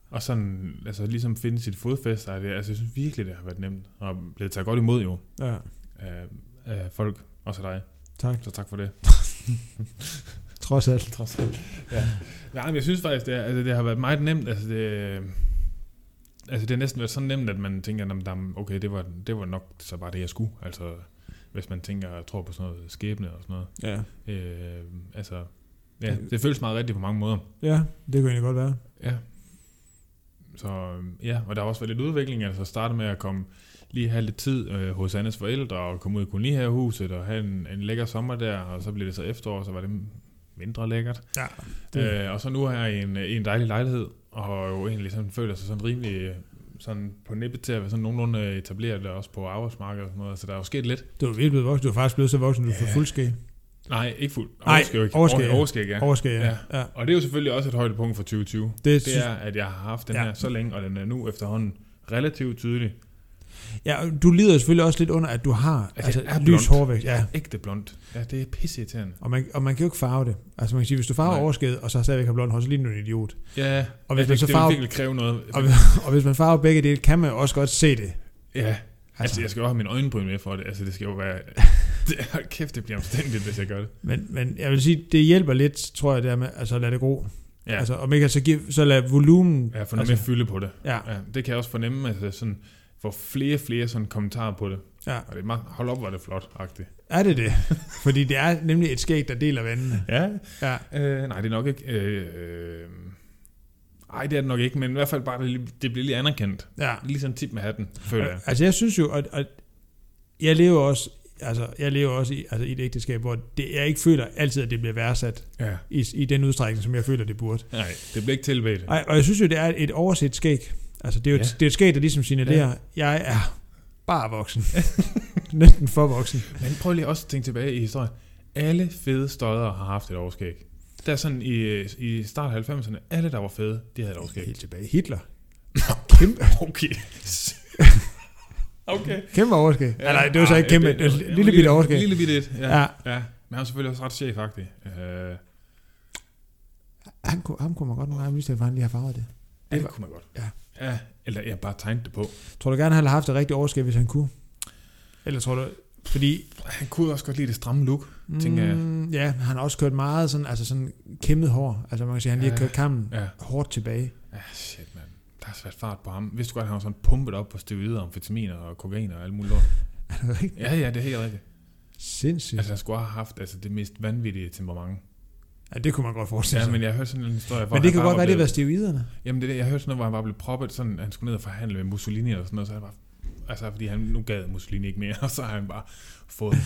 Og sådan, altså ligesom finde sit fodfæste, og det, altså jeg synes virkelig, det har været nemt, og blevet taget godt imod jo,
ja.
af, af folk, også af dig,
Tak.
så tak for det.
Trods alt.
Trods alt. Ja. Nej, men jeg synes faktisk, det, er, altså, det har været meget nemt, altså det, altså det har næsten været så nemt, at man tænker, "Nå, men der- okay, det var, det var nok så bare det, jeg skulle, altså hvis man tænker og tror på sådan noget skæbne og sådan noget.
Ja.
Øh, altså, ja, det føles meget rigtigt på mange måder.
ja, det kunne egentlig godt være.
Ja. Så øhm, ja, og der har også været lidt udvikling, altså at starte med at komme lige have lidt tid øh, hos Annes forældre, og komme ud i kolonihavehuset, og have en, en lækker sommer der, og så blev det så efterår, så var det mindre lækkert.
Ja, det-
det. Øh, og så nu har jeg en, i en dejlig lejlighed, og jo egentlig sådan føler sig sådan rimelig øh, sådan på nippet til at være sådan nogenlunde etableret og også på arbejdsmarkedet og sådan noget, så der er jo sket lidt.
Du er virkelig blevet voksen. Du er faktisk blevet så voksen, du får fuldskæg.
Nej, ikke fuldt.
Nej,
Overskæg, ikke.
overskæg,
Over-
ja.
overskæg, ja.
Overskæg, ja.
Ja.
ja.
Og det er jo selvfølgelig også et højdepunkt for 2020.
Det, det
det
synes,
er, at jeg har haft den
Ja.
ja. her så længe, og den er nu efterhånden relativt tydelig.
ja, og du lider selvfølgelig også lidt under, at du har
jeg
altså,
er
lys
blond.
hårvækst. Ja,
Ægte blond. Ja, det er pisseirriterende.
og man, og man kan jo ikke farve det. Altså man kan sige, hvis du farver
Nej.
overskæget, og så stadigvæk har blond hår, så ligner du en idiot.
Ja,
Og hvis man
jeg fik,
så
det
farver-
vil virkelig kræve noget.
Og, og hvis man farver begge dele, kan man jo også godt se det.
Ja, altså,
Altså,
jeg skal jo have min øjenbryn med for det. Altså, det skal jo være... Det, hold kæft, det bliver omstændigt, hvis jeg gør det.
men, men jeg vil sige, det hjælper lidt, tror jeg, det her med, altså at lade det gro.
Ja, altså,
Altså, om ikke, så, give, så lad volumen...
jeg får noget
altså,
mere fylde på det.
Ja,
Ja, det kan jeg også fornemme, altså sådan får flere og flere sådan kommentarer på det.
ja.
Og det er meget, hold op, hvor er det flot-agtigt.
Er det det? Fordi det er nemlig et skæg, der deler vandene.
Ja,
Ja,
Øh, nej, det er nok ikke... Øh, øh, ej, det er det nok ikke, men i hvert fald bare, det, lige- det bliver lige anerkendt.
ja.
Ligesom tip med hatten, føler jeg.
Altså, jeg synes jo, at, at jeg lever også... Altså, jeg lever også i, altså, i et ægteskab, hvor det, jeg ikke føler altid, at det bliver værdsat
Ja.
i, i den udstrækning, som jeg føler, det burde.
Nej, det bliver ikke tilbedt.
Ej, og jeg synes jo, det er et overset skæg. Altså, det er jo
Ja.
ja. det er et skæg, der ligesom signalerer, ja. jeg er bare voksen. Næsten for voksen.
Men prøv lige også at tænke tilbage i historien. Alle fede stodder har haft et overskæg. Der sådan i, øh, i start af 90'erne, alle der var fede, de havde et overskæg.
Helt tilbage. Hitler.
Kæmpe. Okay. okay. Ah,
Kæmpe overskæg. Ja, nej, det var så
ej,
ikke kæmpe. Det var et lille bitte overskæg.
Lille bitte et, ja.
Ja.
ja. ja. Men han er selvfølgelig også ret chefagtig. Øh,
Han kunne, ham kunne man godt nogle gange mistænke, for han lige har farvet det.
det
var-
kunne man godt.
Ja.
ja. Eller jeg bare tegnede det på.
Tror du gerne, han havde haft det rigtige overskæg, hvis han kunne? Eller tror du... Fordi...
Han kunne også godt lide det stramme look.
Mm,
Tænker jeg.
Ja, han har også kørt meget sådan, altså sådan kæmmet hår. Altså man kan sige, han lige har
Ja.
kørt kammen
Ja.
hårdt tilbage.
Ja, shit, mand. Der er svært fart på ham. Vidste du godt, han var sådan pumpet op på steroider, amfetaminer og kokain og alt muligt lort?
Er det rigtigt?
Ja, ja, det er helt rigtigt.
Sindssygt.
Altså, han skulle have haft altså, det mest vanvittige temperament.
Ja, det kunne man godt forestille
Ja,
sig.
men jeg hørte sådan en historie, hvor
men det
han
kan
bare
godt
var
være, det har
blevet,
været steroiderne.
Jamen, det er det, jeg hørte sådan noget, hvor han bare blev proppet, sådan, han skulle ned og forhandle med Mussolini og sådan noget, så han bare... Altså, fordi han nu gad Mussolini ikke mere, og så har han bare fået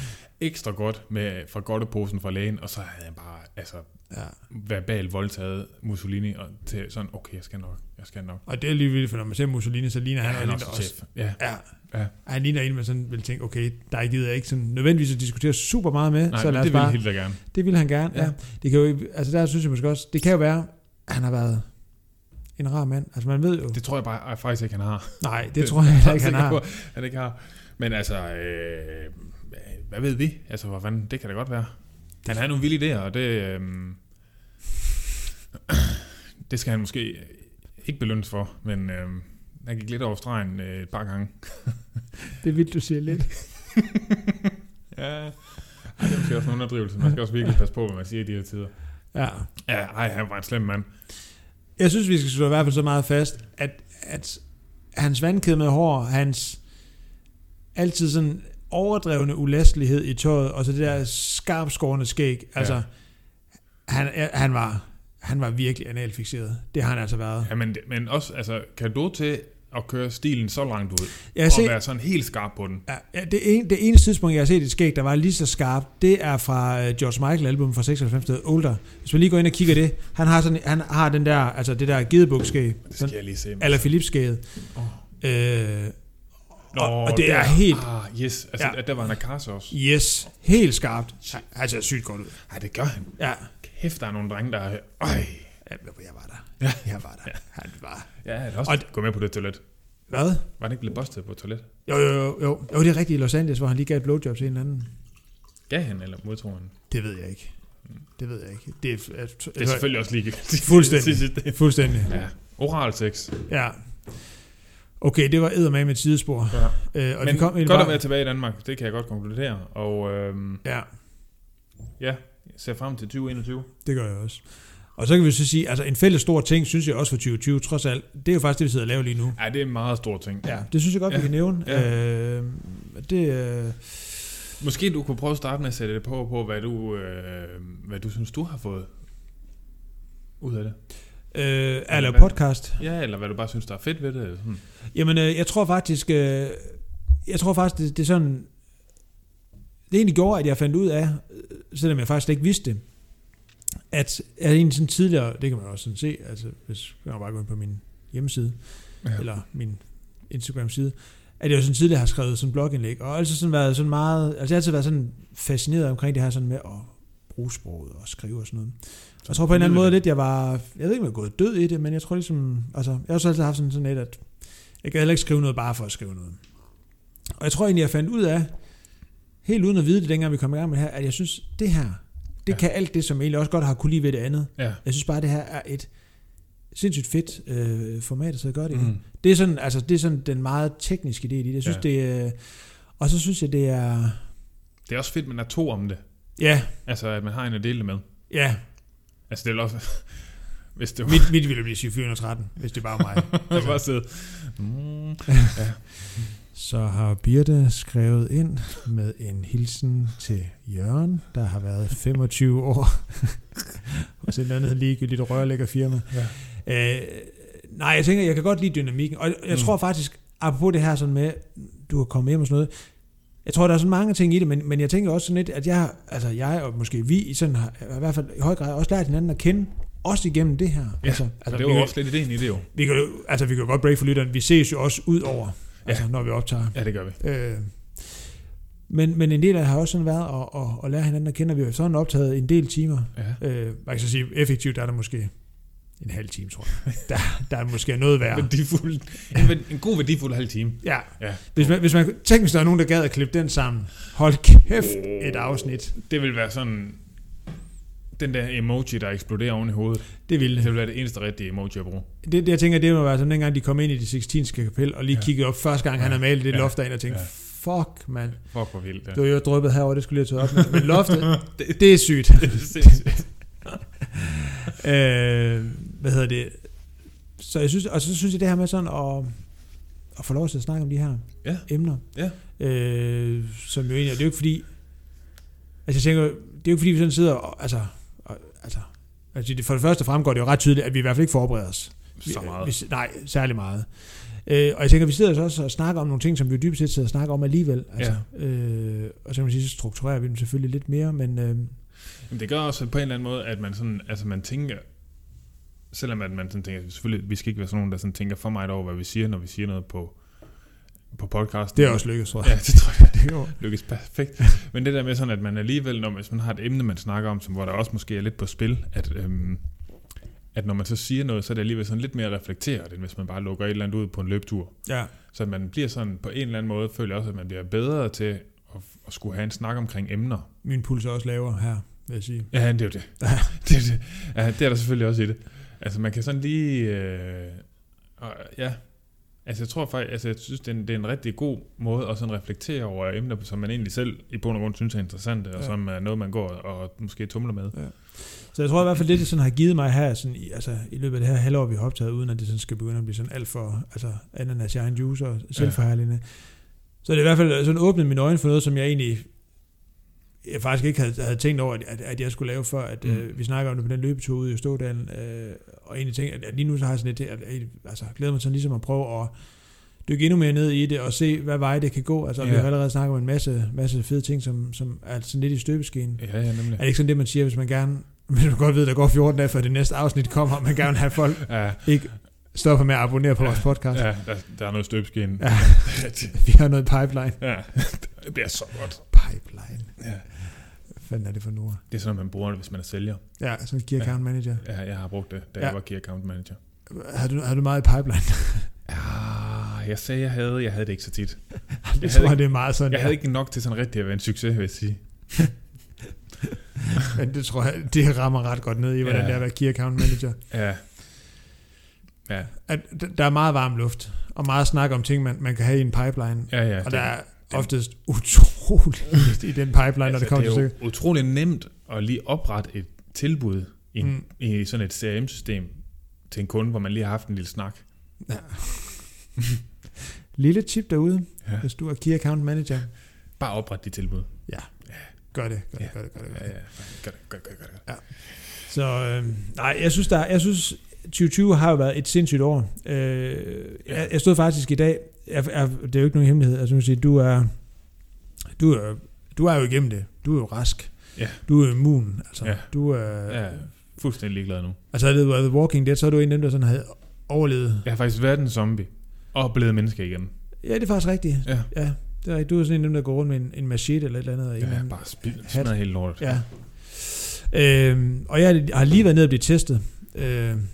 ekstra godt med, fra godteposen fra lægen, og så havde han bare, altså,
Ja.
verbal voldtaget Mussolini, og til sådan, okay, jeg skal nok, jeg skal nok.
Og det er lige vildt, for når man ser Mussolini, så ligner han,
han er
ligner
også chef. Ja.
Ja.
Ja.
Han ligner en, man sådan vil tænke, okay, der gider jeg ikke sådan nødvendigvis at diskutere super meget med, så lad os bare,
Hitler gerne.
det vil han gerne. Ja.
Ja.
ja. Det kan jo, ikke- altså der synes jeg måske også, det kan jo være, at han har været en rar mand. Altså man ved jo,
Det tror jeg bare jeg faktisk ikke, han har.
nej, det, det tror jeg heller ikke, han
Sikker
har.
på, at Han ikke har. Men altså, øh, hvad ved vi? Altså, hvor fanden, det kan da godt være. Han har nogle vilde idéer, og det, øh, det skal han måske ikke belønnes for, men øh, han gik lidt over stregen øh, et par gange.
Det er vildt, du siger lidt.
ja. Ej, det er måske også en underdrivelse. Man skal også virkelig passe på, hvad man siger i de her tider.
Ja.
Ja, ej, han var en slem mand.
Jeg synes, vi skal slå i hvert fald så meget fast, at, at hans vandkæde med hår, hans altid sådan overdrevne ulastelighed i tøjet, og så det der skarpskårende skæg, altså
Ja.
han, han, var, han var virkelig analfixeret. Det har han altså været.
Ja, men, men også, altså, kan du til at køre stilen så langt ud,
Jeg har
og
set,
være sådan helt skarp på den?
ja, ja, det, en, det eneste tidspunkt, jeg har set et skæg, der var lige så skarpt, det er fra øh, George Michael album fra 96, der hedder Older. Hvis man lige går ind og kigger det, han har, sådan, han har den der, altså det der gedebukskæg,
Det skal jeg lige se. altså.
eller Philips-skæget.
Åh.
Øh,
Nå,
Og- og det er helt-
Ah, yes. Altså,
Ja.
ja. der var en akarse også.
Yes, helt skarpt. Han ser sygt godt ud.
Ej, det gør han.
Ja.
Kæft, der er nogle drenge, der er... Øj.
Jeg var der. Ja. Jeg var der. Han var.
Ja, jeg har også
Og
og... gå med på det toilet.
Hvad?
Var han ikke blevet bustet på toilet?
Jo, jo, jo, jo. Jo, det er rigtigt i Los Angeles, hvor han lige gav et blowjob til en eller anden.
Gav han eller modtog han?
Det ved jeg ikke. Det ved jeg ikke. Det er, det
Det er selvfølgelig også ligegyldigt.
Fuldstændig.
Til sidst.
Fuldstændig.
ja. Oral sex.
Ja. Okay, det var eddermame med et sidespor.
Ja.
Øh, og
Men
vi kom egentlig
godt at
bare-
være tilbage i Danmark, det kan jeg godt konkludere. Og øhm,
Ja,
ja, jeg ser frem til 2021.
det gør jeg også. Og så kan vi så sige, altså en fælles stor ting, synes jeg også for 2020, trods alt, det er jo faktisk det, vi sidder og laver lige nu.
Ja, det er en meget stor ting.
Ja, Øh, det synes jeg godt, ja. vi
Ja.
kan nævne.
Ja.
Øh, det, øh,
Måske du kunne prøve at starte med at sætte det på, på hvad, du, øh, hvad du synes, du har fået ud af det.
Øh, at lave
hvad-
podcast.
Ja, eller hvad du bare synes, der er fedt ved det. Eller sådan.
Jamen, øh, jeg tror faktisk, øh, jeg tror faktisk, det, det er sådan, det egentlig gjorde, at jeg fandt ud af, øh, selvom jeg faktisk slet ikke vidste det, at jeg egentlig sådan tidligere, det kan man også sådan se, altså hvis man bare går ind på min hjemmeside,
Ja.
ja. eller min Instagram-side, at jeg jo sådan tidligere har skrevet sådan blogindlæg, og altid sådan været sådan meget, altså jeg har altid været sådan fascineret omkring det her sådan med at bruge sproget og skrive og sådan noget. Så jeg tror på en eller anden måde lidt, jeg var, jeg ved ikke, om jeg er gået død i det, men jeg tror ligesom, altså, jeg har også altid haft sådan, sådan lidt, at jeg kan heller ikke skrive noget bare for at skrive noget. Og jeg tror egentlig, jeg fandt ud af, helt uden at vide det, dengang vi kom i gang med det her, at jeg synes, det her, det
Ja.
ja. kan alt det, som jeg egentlig også godt har kunne lide ved det andet.
Ja.
Jeg synes bare, det her er et sindssygt fedt øh, format, så jeg gør det. Mm.
Mm.
Det er sådan, altså, det er sådan den meget tekniske del i det. Jeg synes,
Ja.
ja. det er, og så synes jeg, det er,
Det er også fedt, at man er to om det.
ja,
Altså, at man har en at dele det med.
ja,
Altså, det er jo også... Hvis det var,
mit, mit ville blive 413, hvis det bare var mig.
altså. bare sidde... Mm.
Så har Birte skrevet ind med en hilsen til Jørgen, der har været 25 år hos et eller andet ligegyldigt rørlæggerfirma.
Ja.
Øh, nej, jeg tænker, jeg kan godt lide dynamikken, og jeg
Mm.
mm. tror faktisk, apropos det her sådan med, du har kommet hjem og sådan noget, jeg tror, der er sådan mange ting i det, men, men jeg tænker også sådan lidt, at jeg, altså jeg og måske vi i sådan har, har i hvert fald i høj grad også lært hinanden at kende, også igennem det her.
Ja,
altså,
Altså,
altså,
det
vi
var
kan-
jo også lidt ideen i det jo.
vi kan, jo- altså, vi kan jo godt break for lytteren. Vi ses jo også ud over,
Ja.
ja. altså, når vi optager.
Ja, det gør vi.
Øh, men, men en del af det har også sådan været at, at, at lære hinanden at kende, og vi har jo sådan optaget en del timer.
Ja.
Øh, man kan så sige, effektivt er der måske en halv time, tror jeg. Der, der er måske noget værd.
Værdifuld. En, væ- en god værdifuld halv time.
Ja.
Ja.
Hvis man, hvis man, tænk, hvis der er nogen, der gad at klippe den sammen. Hold kæft, et afsnit.
Det vil være sådan... Den der emoji, der eksploderer oven i hovedet.
Det ville
Det vil være det eneste rigtige emoji at bruge.
det, det, jeg tænker, det må være sådan, dengang de kom ind i det 16. kapel, og lige
Ja.
ja. kiggede op første gang, han
Ja.
har malet det
Ja.
loft derinde, og tænkte,
Ja.
ja. fuck, mand.
Fuck, hvor vildt. Ja.
Det var jo drøbet herover, det skulle jeg tage op med. Men loftet, det, det er sygt.
Det er sindssygt.
Øh, hvad hedder det? Så jeg synes, og så synes jeg det her med sådan at, at få lov til at snakke om de her
Ja.
emner.
Ja.
Øh, som jo egentlig, og det er jo ikke fordi, altså jeg tænker, det er jo ikke fordi, vi sådan sidder og, altså, og, altså, altså det- for det første fremgår det jo ret tydeligt, at vi i hvert fald ikke forbereder os. Vi-
Så meget.
Vi, nej, særlig meget. Øh, og jeg tænker, vi sidder så også og snakker om nogle ting, som vi jo dybest set sidder og snakker om alligevel. Altså, ja. øh, og så kan man sige, så strukturerer vi dem selvfølgelig lidt mere, men øh,
Jamen, det gør også på en eller anden måde, at man sådan, altså man tænker, selvom at man sådan tænker, selvfølgelig, vi skal ikke være sådan nogen, der sådan tænker for meget over, hvad vi siger, når vi siger noget på, på podcasten.
det er også lykkedes, tror jeg.
Ja, det tror jeg,
Det er jo-
det lykkes perfekt. Men det der med sådan, at man alligevel, når man, hvis man har et emne, man snakker om, som, hvor der også måske er lidt på spil, at, øhm, at når man så siger noget, så er det alligevel sådan lidt mere reflekteret, end hvis man bare lukker et eller andet ud på en løbetur.
ja.
Så man bliver sådan, på en eller anden måde, føler jeg også, at man bliver bedre til at, at skulle have en snak omkring emner,
min puls er også lavere her, vil jeg sige.
Ja, det er jo det. det, er jo det. Ja, det er der selvfølgelig også i det. Altså, man kan sådan lige... Øh, og, ja, altså jeg tror faktisk, altså jeg synes, det er, en, det er en rigtig god måde at sådan reflektere over emner, som man egentlig selv i bund og grund synes er interessante, og
Ja.
som er noget, man går og måske tumler med.
Så jeg tror i hvert fald, det, det sådan har givet mig her, sådan, i, altså, i løbet af det her halvår, vi har optaget, uden at det sådan skal begynde at blive sådan alt for altså, ananas i egen juice og selvforherligende. Ja. Så det er i hvert fald sådan åbnet mine øjne for noget, som jeg egentlig jeg faktisk ikke havde, havde tænkt over, at, at, at jeg skulle lave før, at
Mm.
mm. øh, vi snakker om det på den løbetur ude i Stådalen, øh, og egentlig tænkte, at, at lige nu så har jeg sådan lidt, det, at, at, altså jeg glæder mig sådan ligesom at prøve at dykke endnu mere ned i det, og se, hvad vej det kan gå. Altså, yeah. vi
Ja.
har allerede snakket om en masse, masse fede ting, som, som er sådan lidt i støbeskeen.
Ja, ja, nemlig.
Er det ikke sådan det, man siger, hvis man gerne... Hvis man godt ved, der går 14 dage, før det næste afsnit kommer, og man gerne vil have folk
Ja,
ikke stopper med at abonnere på vores podcast.
ja der, der er noget støbskin.
Ja. Vi har noget pipeline.
ja, det bliver så godt.
Pipeline.
Ja.
Hvad fanden er det for nu?
Det er sådan, man bruger det, hvis man er sælger.
Ja, sådan en key account manager.
Ja, jeg har brugt det, da
Ja.
jeg var key account manager.
Har du, har du meget i pipeline?
Ah, jeg sagde, jeg havde, jeg havde det ikke så tit.
Jeg
havde
tror,
ikke-
det er meget sådan.
Jeg havde ikke nok til sådan rigtig at være en succes, vil jeg sige.
Men det tror jeg, det rammer ret godt ned i, hvordan ja.
Ja.
det er at være key account manager.
Ja. Ja,
At, d- der er meget varm luft, og meget snak om ting, man, man kan have i en pipeline.
ja, Altså, ja.
og der er oftest utroligt i den pipeline, når det kommer til
Altså, det er
stykket.
jo utrolig nemt at lige oprette et tilbud i, en, mm.
Mm.
i sådan et CRM-system til en kunde, hvor man lige har haft en lille snak.
Lille tip derude,
Ja.
ja. hvis du er Key Account Manager.
Bare opret de tilbud.
Gør det, gør det,
Ja.
gør det, gør det. Gør det.
Ja, ja. Gør det, gør det, gør det, gør det.
Så øh, nej, jeg synes, der, jeg synes 2020 har jo været et sindssygt år. Øh, jeg, jeg stod faktisk i dag, jeg, jeg, det er jo ikke nogen hemmelighed, altså, jeg sige, du er, du er, du er jo igennem det. Du er jo rask.
Ja.
Du er immun. Altså,
Ja.
du er,
Jeg er fuldstændig ligeglad nu.
altså, jeg ved, du er The Walking Dead, så er du en af dem, der sådan havde overlevet.
Jeg har faktisk været en zombie. Og blevet menneske igen.
Ja, det er faktisk rigtigt.
Ja.
ja det er rigtigt. Du er sådan en af dem, der går rundt med en, en machete eller et eller andet. og en
Jeg
eller
er
anden-
bare spil-
hat.
smadret helt lortet.
Ja. Øhm, og jeg har lige været nede og blive testet. Øhm,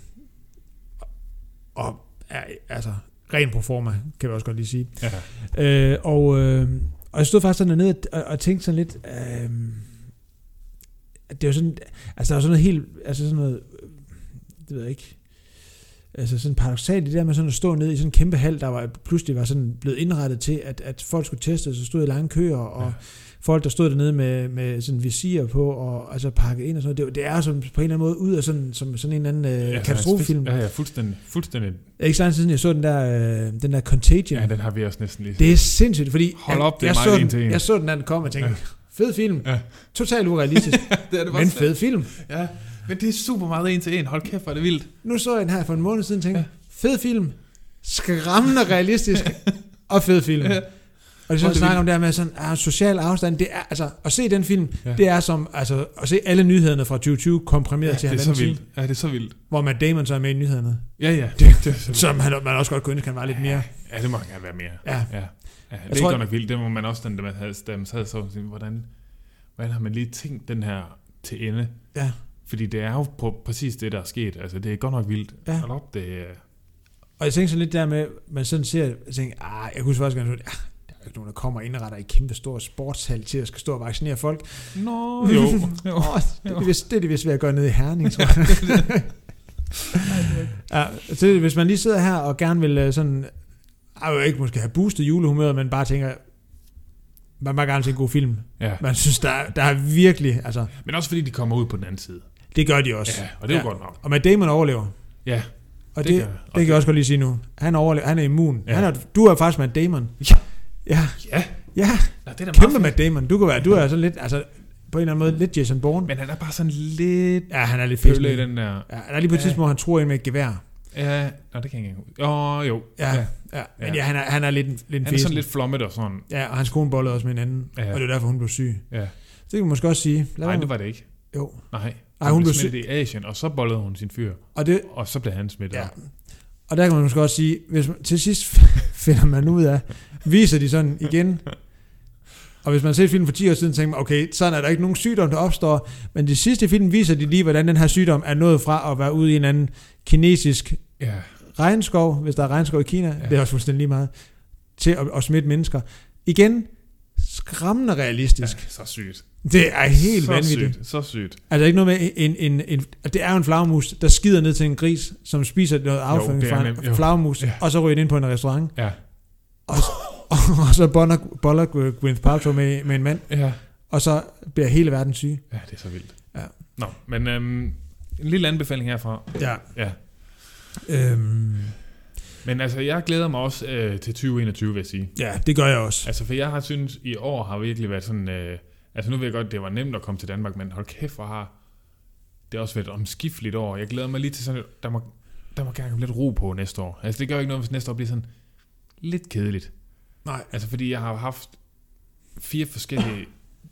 og er, altså, ren pro forma, kan vi også godt lige sige.
Ja.
Øh, og, øh, og jeg stod faktisk sådan dernede og, og tænkte sådan lidt, øh, at det er jo sådan, altså der er jo sådan noget helt, altså sådan noget, øh, det ved jeg ikke, altså sådan paradoxalt det der med sådan at stå nede i sådan en kæmpe hal, der var, pludselig var sådan blevet indrettet til, at, at folk skulle testes, så stod i lange køer, og
Ja.
ja. folk der stod dernede med, med sådan visir på, og altså pakket ind og sådan noget, det, er jo- det er jo som, på en eller anden måde ud af sådan, som sådan en eller anden øh,
Ja,
ja, katastrofefilm.
Ja, ja, fuldstændig. fuldstændig.
Det er ikke så lang tid siden, jeg så den der, øh, den der Contagion.
Ja, den har vi også næsten lige.
Det er sindssygt, fordi
Hold op, det er
jeg,
meget
så
en
den,
til en.
jeg så den, da den kom, og tænkte,
Ja.
ja. fed film,
Ja.
ja. totalt urealistisk,
det er det
men fed film.
Ja, men det er super meget en til en. Hold kæft, hvor er det vildt.
Nu så jeg den her for en måned siden, og tænkte, ja. fed film, skræmmende realistisk, og fed film.
Ja.
Ja. Og det er
Hvor er
sådan,
det
snakker om det her med sådan, ah, social afstand, det er, altså, at se den film,
Ja.
ja. det er som, altså, at se alle nyhederne fra 2020 komprimeret
Ja,
ja, til
det er så
halvanden time,
vildt. Ja, det er så vildt.
hvor Matt Damon så er med i nyhederne,
Ja, ja. Det, det er så vildt.
som han, man også godt kunne ønske, han var lidt mere.
Ja, det må gerne være mere.
Ja.
ja. ja det er
tror-
godt nok vildt. Det må man også, da man havde, da man sad så, sige, hvordan, hvordan har man lige tænkt den her til ende?
Ja.
Fordi det er jo på, præcis det, der er sket. Altså, det er godt nok vildt.
Ja.
Hold op, det er...
Og jeg tænkte sådan lidt der med, man sådan ser, jeg tænkte, ah, jeg husker faktisk, at jeg tænkte, ah, der er jo ikke nogen, der kommer og indretter i kæmpe store sportshal til at skal stå og vaccinere folk.
Nå, jo. jo.
Åh, det, er de vist, det er de vist ved at gøre nede i Herning, tror jeg. ja, så hvis man lige sidder her og gerne vil øh, sådan, "Ah, jeg vil ikke måske have boostet julehumøret, men bare tænker, man må gerne se en god film.
Ja.
Man synes, der, er- der er virkelig, altså,
Men også fordi de kommer ud på den anden side.
det gør de også.
Ja, og det er jo
Ja.
godt nok.
Og Matt Damon overlever.
Ja,
Og
det
det, det,
gør han.
det kan jeg også godt lige sige nu. Han, overlever, han er immun.
Ja.
Ja. Han er, du er faktisk Matt Damon.
Ja.
Ja.
Ja.
Ja,
Nå, det er da
kæmpe
meget
Matt Damon. Du kan være, du er sådan lidt, altså på en eller anden måde, lidt Jason Bourne.
fedt. Men han er bare sådan lidt
ja, han er lidt
pølle i
fæsende.
den der...
Ja, der er lige på et
Ja.
tidspunkt, hvor han tror ind med et gevær.
Ja, nå, det kan jeg ikke engang. Åh, jo.
Ja, ja. ja. Men ja, han er, han er lidt, en- lidt en
Han er sådan
fesen.
lidt flommet og sådan.
Ja, og hans kone bollede også med en anden.
Ja.
Ja. Og det er derfor, hun blev syg.
Ja.
Så det kan man måske også sige. Lad
Nej,
mig-
det var det ikke.
Jo.
Nej.
Ej, hun blev syg.
smittet i Asien, og så bollede hun sin fyr,
Og det,
og så blev han smittet.
Ja. Og der kan man måske også sige, hvis man, til sidst finder man ud af, viser de sådan igen. Og hvis man ser filmen for 10 år siden, tænker man, okay, sådan er der ikke nogen sygdom, der opstår. Men det sidste film viser de lige, hvordan den her sygdom er nået fra at være ude i en anden kinesisk
ja.
regnskov, hvis der er regnskov i Kina,
Ja.
ja. det er også fuldstændig lige meget, til at, at smitte mennesker. Igen, skræmmende
ja.
realistisk.
Så sygt.
Ja. Det er helt
så
vanvittigt.
Sygt. Så sygt.
Altså ikke noget med en, en, en, en det er jo en flagmus, der skider ned til en gris, som spiser noget afføring
det er
fra
nemt,
en
jo.
flagmus,
Ja.
ja. og så ryger den ind på en restaurant.
Ja.
Og, så- og så boller, boller Gwyneth Paltrow med, med en mand,
Ja.
og så bliver hele verden syg.
ja, det er så vildt.
Ja.
Nå, men øhm, en lille anbefaling herfra.
Ja.
Ja.
Øhm,
Men altså, jeg glæder mig også øh, til 2021, vil jeg sige.
ja, det gør jeg også.
Altså, for jeg har synes, i år har virkelig været sådan... Øh, altså, nu ved jeg godt, det var nemt at komme til Danmark, men hold kæft, hvor har... Det har også været et omskifteligt år. Jeg glæder mig lige til sådan... et- Der må, der må gerne komme lidt ro på næste år. Altså, det gør ikke noget, hvis næste år bliver sådan lidt kedeligt.
Nej.
Altså, fordi jeg har haft fire forskellige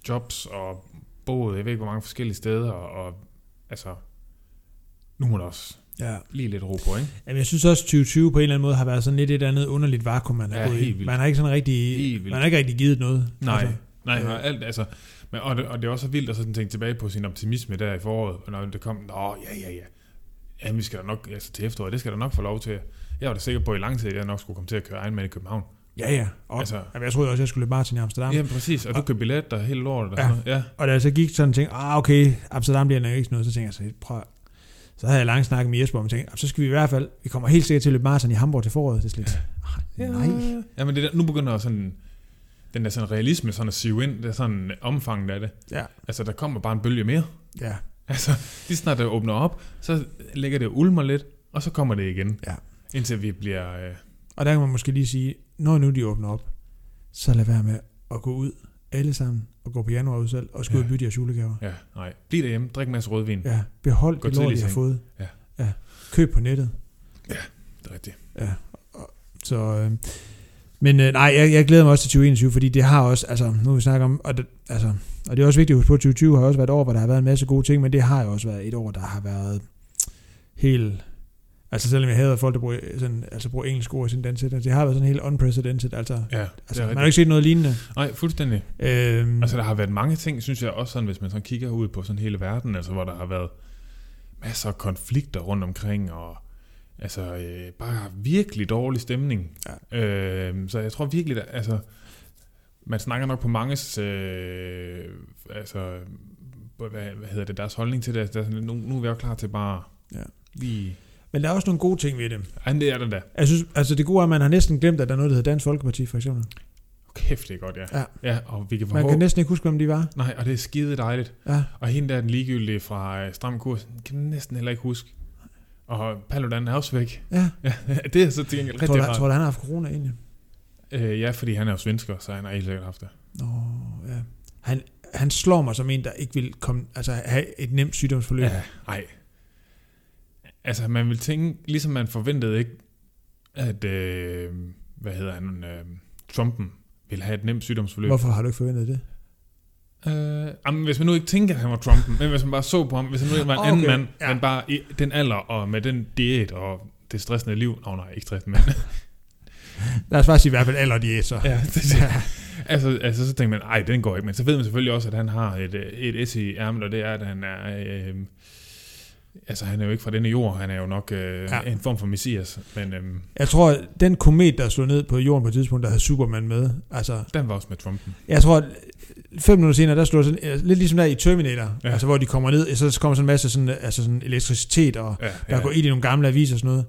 jobs og boet, jeg ved ikke, hvor mange forskellige steder, og, og altså, nu må der også
Ja.
lige lidt ro på, ikke?
Jamen, jeg synes også, 2020 på en eller anden måde har været sådan lidt et andet underligt vakuum, man har
Ja,
ja, gået
helt
i.
vildt.
Man har ikke sådan rigtig,
Helt vildt.
man har ikke rigtig givet noget.
Nej, altså,
Altså,
nej,
øh.
nej, alt, altså, men, og, det, og det er også så vildt at sådan tænke tilbage på sin optimisme der i foråret, og når det kom, nå, ja, ja, ja, jamen, vi skal da nok, altså til efteråret, det skal da nok få lov til. Jeg var da sikker på i lang tid, at jeg nok skulle komme til at køre Ironman i København.
ja, ja. Og,
Altså-
altså, jamen, jeg troede også, jeg skulle løbe maraton i Amsterdam.
Jamen præcis, og du købte billet der hele lortet og sådan noget. Ja,
Og da jeg så gik sådan og tænkte, ah okay, Amsterdam bliver nok ikke sådan noget, så tænkte jeg, så prøv at- så havde jeg langt snakket med Jesper, og tænkte, "Ah, så skal vi i hvert fald, vi kommer helt sikkert til at løbe maraton i Hamburg til foråret. Det er sådan lidt,
ja.
ah, nej.
Ja, men det der, nu begynder sådan, den der sådan realisme sådan at sive ind, det er sådan omfanget af det.
Ja.
Altså, der kommer bare en bølge mere.
Ja,
Altså, lige snart det åbner op, så ligger det og ulmer lidt, og så kommer det igen.
Ja.
Indtil vi bliver... Øh,
og der kan man måske lige sige, når nu de åbner op, så lad være med at gå ud alle sammen at gå på januarudsalg og skulle ud
Ja.
og bytte jeres julegaver.
Ja, nej. Bliv derhjemme, drik en masse rødvin. Ja.
Ja, behold
Gå
det
tidligt
lort,
i
I har
seng.
fået.
Ja.
ja. Køb på nettet.
Det er rigtigt.
Ja. Og- Så, øh, men øh, nej, jeg, jeg glæder mig også til 2021, fordi det har også, altså nu vi snakker om, og det, altså, og det er også vigtigt at huske på, at 2020 har også været et år, hvor der har været en masse gode ting, men det har jo også været et år, der har været helt, altså selvom jeg hader folk, der bruger, sådan, altså bruger engelsk ord i sin danssætning, det har været sådan helt unprecedented, altså,
Ja, det
altså
er
man
rigtigt.
har jo ikke set noget lignende.
Nej, fuldstændig.
Øhm,
Altså, der har været mange ting, synes jeg, også sådan, hvis man sådan kigger ud på sådan hele verden, altså, hvor der har været masser af konflikter rundt omkring, og altså, øh, bare virkelig dårlig stemning. Ja. Øh, så jeg tror virkelig, der, altså, man snakker nok på manges, øh, altså, hvad, hvad hedder det, deres holdning til det, altså, nu, nu er vi jo klar til bare
Ja.
lige...
men der er også nogle gode ting ved det.
Ej, men det er der da.
Jeg synes, altså det gode er, at man har næsten glemt, at der er noget, der hedder Dansk Folkeparti, for eksempel.
Kæft, det er godt, ja.
Ja.
ja og vi kan
Man
forhåbentlig...
kan næsten ikke huske, hvem de var.
Nej, og det er skide dejligt.
Ja.
Og hende der, den ligegyldige fra øh, Stram Kurs, kan jeg næsten heller ikke huske. Og Paludan er også væk.
Ja,
Ja, det er så til gengæld
tror,
rigtig
du, tror
rart.
du, han har haft corona egentlig?
Øh, ja, fordi han er jo svensker, så han har helt sikkert haft det.
Nå, ja. Han, han slår mig som en, der ikke vil komme, altså, have et nemt sygdomsforløb. Ja.
Ej. Altså, man vil tænke, ligesom man forventede ikke, at, øh, hvad hedder han, øh, Trumpen ville have et nemt sygdomsforløb.
Hvorfor har du ikke forventet det?
Øh, jamen, hvis man nu ikke tænker, at han var Trumpen, men hvis man bare så på ham, hvis han nu ikke var en
Okay,
anden mand,
ja.
men bare i den alder og med den diæt og det stressende liv. Nå nej, ikke stressende, men...
Lad os bare sige i hvert fald alder, de er så.
ja, det, altså, altså, så tænker man, nej, den går ikke. Men så ved man selvfølgelig også, at han har et, øh, et S i ærmet, og det er, at han er... Øh, altså, han er jo ikke fra denne jord. Han er jo nok øh,
Ja.
ja. en form for messias, men øh,
Jeg tror, den komet, der slog ned på jorden på et tidspunkt, der havde Superman med, altså,
den var også med Trumpen.
jeg tror, fem minutter senere, der slår sådan, øh, lidt ligesom der i Terminator, ja.
Ja.
altså, hvor de kommer ned, så kommer sådan en masse sådan, altså sådan elektricitet, og
Ja,
der
ja,
går ind i nogle gamle aviser og sådan noget.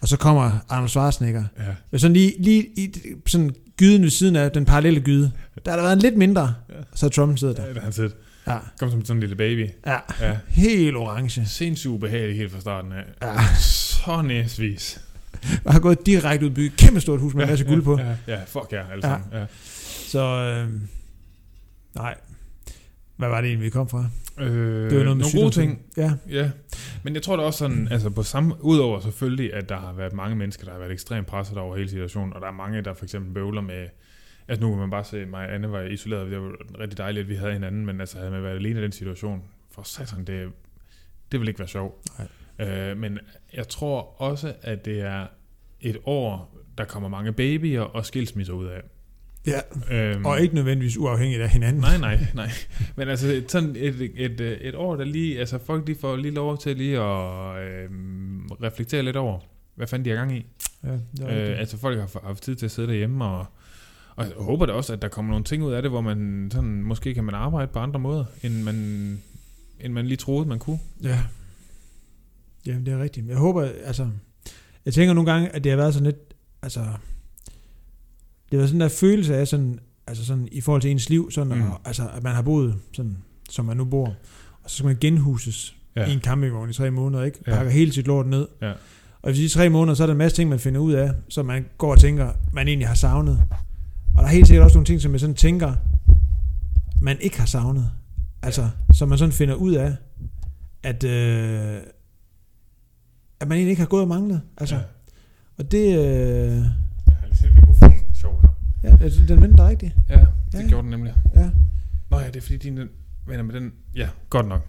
Og så kommer Arnold Schwarzenegger.
ja.
Men Sådan lige, lige i sådan gyden ved siden af den parallelle gyde, der har der været en lidt mindre,
Ja.
så er Trump sidder der.
Ja, han sidder-
Ja.
Kom som sådan en lille baby.
Ja.
Ja.
Helt orange.
Sindssygt ubehagelig helt fra starten af.
Ja.
Så næsvis.
Og har gået direkte ud i byen. Kæmpe stort hus med en masse guld på.
Ja, ja fuck ja, alle
Ja.
ja. sammen. Ja.
Så øh, nej. Hvad var det egentlig, vi kom fra?
Øh,
Det var noget med
nogle gode
sygdomsting.
ting.
Ja,
Ja. Men jeg tror da også sådan, altså på samme, udover selvfølgelig, at der har været mange mennesker, der har været ekstremt presset over hele situationen, og der er mange, der for eksempel bøvler med, altså nu kan man bare se, at mig og Anne var isoleret, det var rigtig dejligt, at vi havde hinanden, men altså havde man været alene i den situation, for satan, det, det ville ikke være sjovt. Øh, men jeg tror også, at det er et år, der kommer mange babyer og skilsmisser ud af.
ja.
Øhm,
og ikke nødvendigvis uafhængigt af hinanden.
Nej, nej, nej. Men altså et- sådan et, et, øh, et år, der lige, altså folk de får lige lov til lige at øh, reflektere lidt over, hvad fanden de har gang i.
Ja, det var
Øh,
øh,
altså folk har f- haft tid til at sidde derhjemme og, og jeg håber da også, at der kommer nogle ting ud af det, hvor man sådan, måske kan man arbejde på andre måder, end man, end man lige troede, man kunne.
ja. ja, det er rigtigt. Jeg håber, altså... Jeg tænker nogle gange, at det har været sådan lidt... Altså... Det har været sådan der følelse af sådan... Altså sådan i forhold til ens liv, sådan, mm.
Mm.
og, altså, at man har boet sådan, som man nu bor. Og så skal man genhuses ja. i en campingvogn i tre måneder, ikke?
Ja.
Pakker hele sit lort ned.
Ja.
Og hvis de tre måneder, så er der en masse ting, man finder ud af, som man går og tænker, man egentlig har savnet. Og der er helt sikkert også nogle ting, som jeg sådan tænker, man ikke har savnet. Altså, som man sådan finder ud af, at, øh, at man egentlig ikke har gået og manglet. Altså, ja. Og det... Øh,
Jeg har lige set mikrofonen sjov her.
ja, altså, den vender dig rigtigt.
Ja, det
Ja.
ja. gjorde den nemlig.
Ja.
Nå ja, det er fordi, din den vender med den. Ja, godt nok.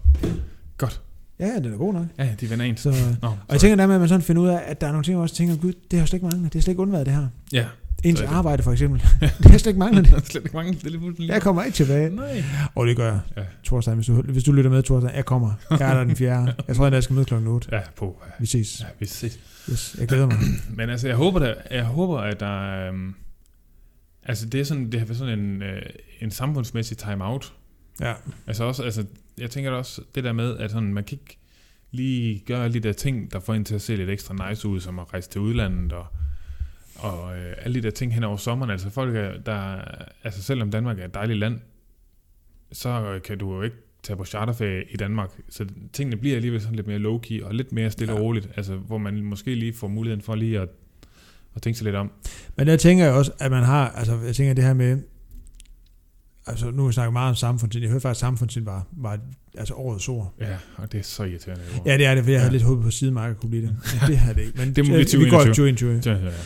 Ja, ja, den er god nok.
Ja, ja, de vender ens.
Så, øh,
Nå,
og jeg tænker dermed, at man sådan finder ud af, at der er nogle ting, man også tænker, gud, det har jeg slet ikke manglet. Det har slet ikke undværet det her.
ja,
Ens
Sådan.
arbejde for eksempel. det har jeg slet ikke manglet.
der er slet ikke mange. Det er lige pludselig lige-
Jeg kommer ikke tilbage.
Nej.
Og det gør jeg. Ja.
Ja.
Torstein, hvis du, hvis du lytter med, Torstein, jeg kommer. Jeg er der den fjerde. Jeg tror, at jeg skal møde klokken 8.
Ja, på.
Vi ses.
Ja, vi ses.
Yes, jeg glæder mig.
Men altså, jeg håber, der, jeg håber at der... Øhm, altså, det er sådan, det har været sådan en, øh, en samfundsmæssig timeout.
Ja.
Altså også, altså, jeg tænker da også det der med, at sådan, man kan ikke lige gøre alle de der ting, der får en til at se lidt ekstra nice ud, som at rejse til udlandet og, og øh, alle de der ting hen over sommeren. Altså folk, er, der, altså selvom Danmark er et dejligt land, så øh, kan du jo ikke tage på charterferie i Danmark. Så tingene bliver alligevel sådan lidt mere low-key og lidt mere stille
Ja.
og roligt. Altså hvor man måske lige får muligheden for lige at, at tænke sig lidt om.
Men der tænker jeg også, at man har, altså jeg tænker det her med, altså nu har jeg snakket meget om samfundssind. Jeg hørte faktisk, at samfundssind var, var altså årets ord.
Ja, og det er så irriterende.
Ja, det er det, for jeg havde
Ja.
lidt håbet på, at sidemarkedet kunne blive det. Det havde det ikke. Men
Det må blive
øh, vi går
2021.
2021.
Ja, ja, ja.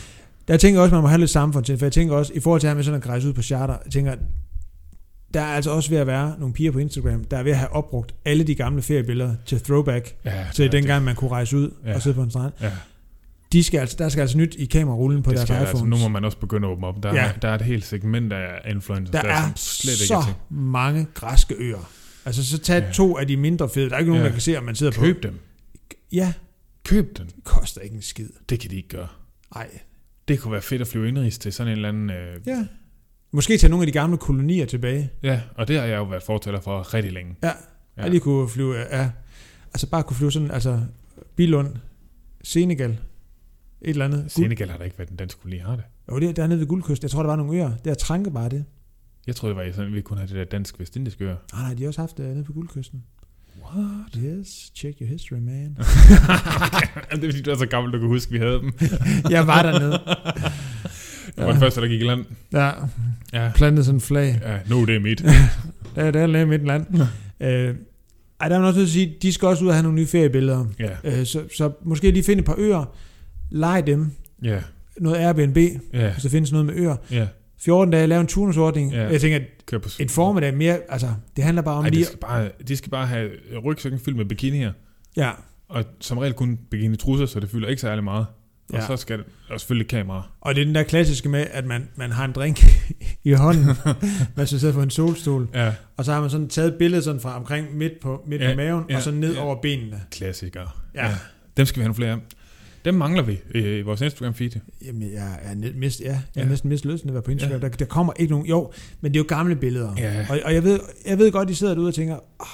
Der tænker jeg også, at man må have lidt samfundssind, for jeg tænker også, i forhold til at med sådan at rejse ud på charter, jeg tænker, der er altså også ved at være nogle piger på Instagram, der er ved at have opbrugt alle de gamle feriebilleder til throwback,
ja
til
ja,
ja, dengang man kunne rejse ud ja.
Ja.
og sidde på en strand.
Ja.
De skal altså, der skal altså nyt i kamerarullen på
det
deres
skal,
iPhones.
altså, nu må man også begynde at åbne op. Der,
Ja.
ja. der er et helt segment af influencers,
der,
der,
der
som
er
slet
så
ikke er til.
mange græske øer. Altså så tag ja.
Ja.
to af de mindre fede. Der er ikke nogen, ja.
Ja.
der kan se, om man sidder på.
Køb dem.
Ja,
Køb den.
det koster ikke en skid.
Det kan de ikke gøre.
Ej.
Det kunne være fedt at flyve indrigs til sådan en eller anden... Øh,
Ja. Måske tage nogle af de gamle kolonier tilbage.
ja, og det har jeg jo været fortaler for rigtig længe.
Ja. Ja.
Ja.
Jeg lige kunne flyve, ja. Altså bare kunne flyve sådan, altså Bilund, Senegal, et eller andet. Guld.
Senegal har da ikke været den danske koloni, har det?
Jo, det er dernede ved Guldkyst. Jeg tror, der var nogle øer. Der trænker bare det. Ah,
Jeg troede, det var sådan, at vi kun havde det der dansk vestindiske øre.
Nej, nej, de har også haft det nede på Guldkysten. What? Yes, check your history, man.
det er fordi, du er så gammel, du kan huske, vi havde dem.
jeg var dernede.
Jeg var den første, der gik i land.
Ja,
Ja.
plantede sådan en flag.
ja nu er det mit.
Ja, det er lidt midt land. Øh, ej, der er man også nødt til at sige, de skal også ud og have nogle nye feriebilleder.
Ja,
Øh, så, så måske lige finde et par øer, lege dem,
ja,
noget Airbnb,
ja,
hvis der findes noget med øer.
ja.
14 dage, lave en turnusordning.
Ja.
Jeg tænker, at
Kør på
en formiddag mere, altså, det handler bare om
Ej,
lige...
de skal, bare, de skal bare have rygsækken fyldt med bikinier.
Ja,
Og som regel kun bikini trusser, så det fylder ikke særlig meget. Og
Ja.
så skal det, og selvfølgelig et kamera.
og det er den der klassiske med, at man, man har en drink i hånden, mens man sidder på en solstol,
Ja,
og så har man sådan taget billedet sådan fra omkring midt på, midt
Ja,
på maven,
ja,
og så ned
ja.
over benene.
klassikere.
Ja. ja.
Ja. Dem skal vi have nogle flere af. Dem mangler vi øh, i vores Instagram-feed.
Jamen, jeg er, næ- mist, ja, jeg er
Ja.
næsten mist lysten at være på Instagram.
Ja.
Der, der kommer ikke nogen... Jo, men det er jo gamle billeder.
Ja.
Og, og jeg, ved, jeg ved godt, de sidder derude og tænker... Oh,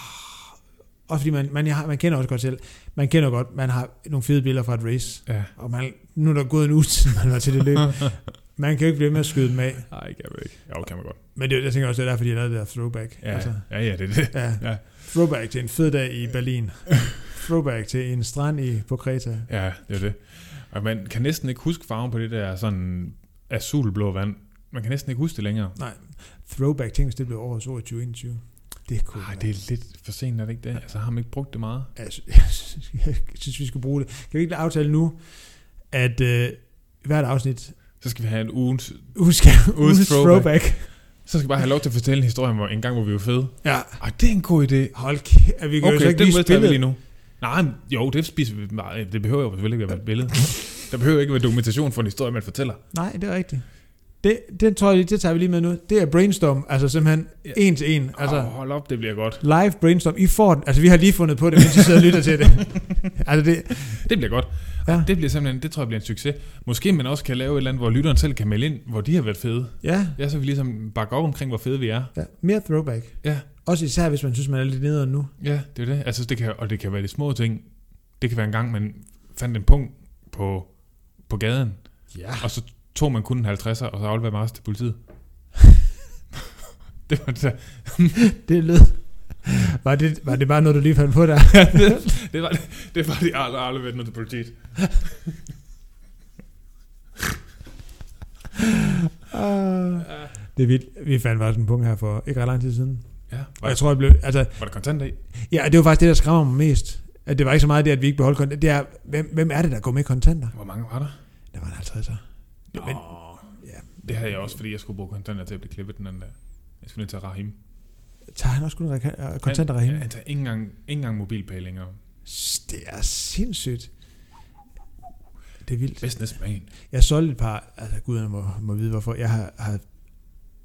også fordi man, man, jeg har, man kender også godt selv. Man kender godt, man har nogle fede billeder fra et race.
Ja.
Og man, nu er der gået en uge, siden man var til det løb. Man kan jo ikke blive ved med at skyde dem af.
Nej, kan vi ikke. Jo, kan man godt.
Men det, er- jeg tænker også, det er derfor, de har lavet det der throwback.
Ja, altså. ja, ja, det er det.
ja.
Ja.
Throwback til en fed dag i Berlin. throwback til en strand i, på Kreta.
Ja, det er det. Og man kan næsten ikke huske farven på det der sådan azulblå vand. Man kan næsten ikke huske det længere.
Throwback, tænk hvis det blev årets ord i 2021. Det kunne
Nej,
være-
det er lidt for sent, er det ikke det? Altså har man ikke brugt det meget?
Altså, jeg synes- jeg synes, vi skal bruge det. Kan vi ikke lige aftale nu, at øh, hvert afsnit,
Så skal vi have en ugens...
husk, husk throwback.
Så skal vi bare have lov til at fortælle en historie om en gang, hvor vi var fede.
Ja,
Ej, det er en god idé.
hold kæft. Vi kan okay, jo så
Okay,
ikke
det
lige
modtager vi
spille
lige nu. Nej, men jo, det spiser vi. Nej, det behøver jo selvfølgelig ikke at være et billede. Der behøver ikke at være dokumentation for en historie, man fortæller.
Nej, det er rigtigt. Det, den tror jeg, lige- det tager vi lige med nu. Det er brainstorm, altså simpelthen
Ja.
en til en.
Altså,
Altså,
oh, hold op, det bliver godt.
live brainstorm. I får den. Altså, vi har lige fundet på det, mens I sidder og lytter til det. altså, det,
Det bliver godt.
Ja.
Ja. Det bliver simpelthen, det tror jeg bliver en succes. Måske man også kan lave et eller andet, hvor lytteren selv kan melde ind, hvor de har været fede.
ja.
Ja, så vi ligesom bakker op omkring, hvor fede vi er.
ja. Mere throwback.
Ja.
Også især, hvis man synes, man er lidt nederen nu.
Ja, det er det. Altså, det kan, og det kan være de små ting. Det kan være en gang, man fandt en punkt på, på gaden,
Ja.
og så tog man kun en 50'er, og så afleverede man også til politiet. det var det.
Det lød... Var det, var det bare noget, du lige fandt på der?
Det var det, det var de aldrig aldrig venner til politiet.
Uh, det er vildt. Vi fandt faktisk en punkt her for ikke ret lang tid siden.
Ja,
Og
var,
jeg tror, jeg blev... Altså,
var det kontant af?
ja, det var faktisk det, der skræmmer mig mest. At det var ikke så meget det, at vi ikke beholdt kontanter. Det er, hvem, hvem er det, der går med kontanter?
Hvor mange var der?
Der var en 50'er.
Nå,
Men-
men,
ja.
ja. Det havde jeg også, fordi jeg skulle bruge kontanter til at blive klippet den anden dag. Jeg skulle ned til Rahim. altså,
Tager han også kun reka- øh, kontanter af
Han,
hende?
han tager ikke engang, ikke engang mobilpay længere.
S- Det er sindssygt. Det er vildt.
Business man.
Jeg solgte et par... Altså, guderne må, må vide, hvorfor. Jeg har, har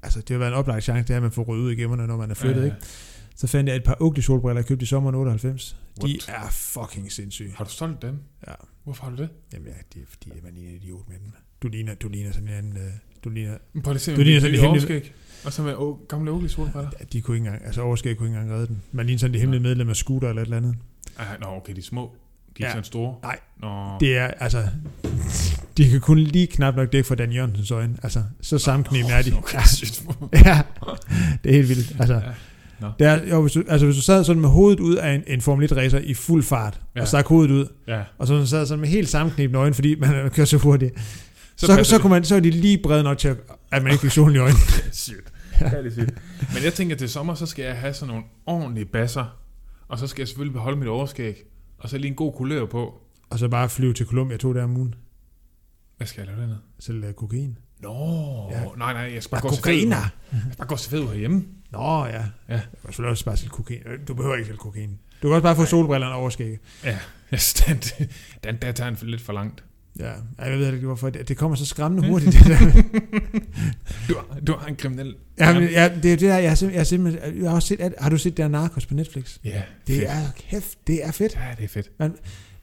Altså, det har været en oplagt chance, det er, at man får ryddet ud i gemmerne, når man er flyttet, ja, ja. ikke? Så fandt jeg et par Oakley solbriller, jeg købte i sommeren 98. De
What?
er fucking sindssyge.
Har du solgt dem?
Ja.
Hvorfor har du det?
Jamen ja, det er fordi, at man ligner en idiot med dem. Du ligner, du ligner sådan en anden... øh, Du ligner...
Men prøv lige at se,
Du
om det
ligner
er
sådan
sådan
en hemmelig-
overskæg. Og så med å, gamle Oakley solbriller.
Ja, de kunne ikke engang... Altså overskæg kunne ikke engang redde den. Man ligner sådan det hemmelige medlem af scooter eller et eller andet.
Ej, nå, okay, de er små. De er
Ja.
ja. sådan store.
Nej.
Nå,
Det er, altså... De kan kun lige knap nok dække for Dan Jørgensens øjne. Altså, så sammenknebende er de.
Okay,
Ja,
sygt små.
ja, det er helt vildt. Altså,
Ja. Nå.
det er, jo, hvis du, altså, hvis du sad sådan med hovedet ud af en, en Formel 1-racer i fuld fart, ja.
Ja.
og stak hovedet ud,
Ja.
og så sad sådan med helt sammenknebende øjne, fordi man kører så hurtigt, så, så,
passer
så,
det.
kunne man, så er de lige brede nok til, at, at man ikke fik solen i øjnene.
Sygt. Det er lidt sygt. Men jeg tænker, til sommer, så skal jeg have sådan nogle ordentlige basser. Og så skal jeg selvfølgelig beholde mit overskæg. Og så lige en god kulør på.
Og så bare flyve til Colombia to dage om ugen.
Hvad skal jeg lave dernede?
Sælge øh, kokain.
Nå, ja. nej, nej, jeg skal
Ja,
bare gå til fed.
kokain,
Jeg skal bare gå til fed herhjemme.
Nå ja.
Ja.
Jeg kan selvfølgelig også bare sælge kokain. Øh, Du behøver ikke sælge kokain. Du kan også bare få solbrillerne over skægget.
Yes, den, den der tager en for- lidt for langt.
Ja, Ej, jeg ved ikke hvorfor. Det det kommer så skræmmende hurtigt. Det der.
Du, har- du har en kriminel.
Jamen, ja, det er jo det der, jeg har, sim- jeg har simpelthen... Jeg har, også set, at, har du set der Narcos på Netflix?
Ja,
Det
fedt.
er kæft, det er fedt.
Ja, det er fedt.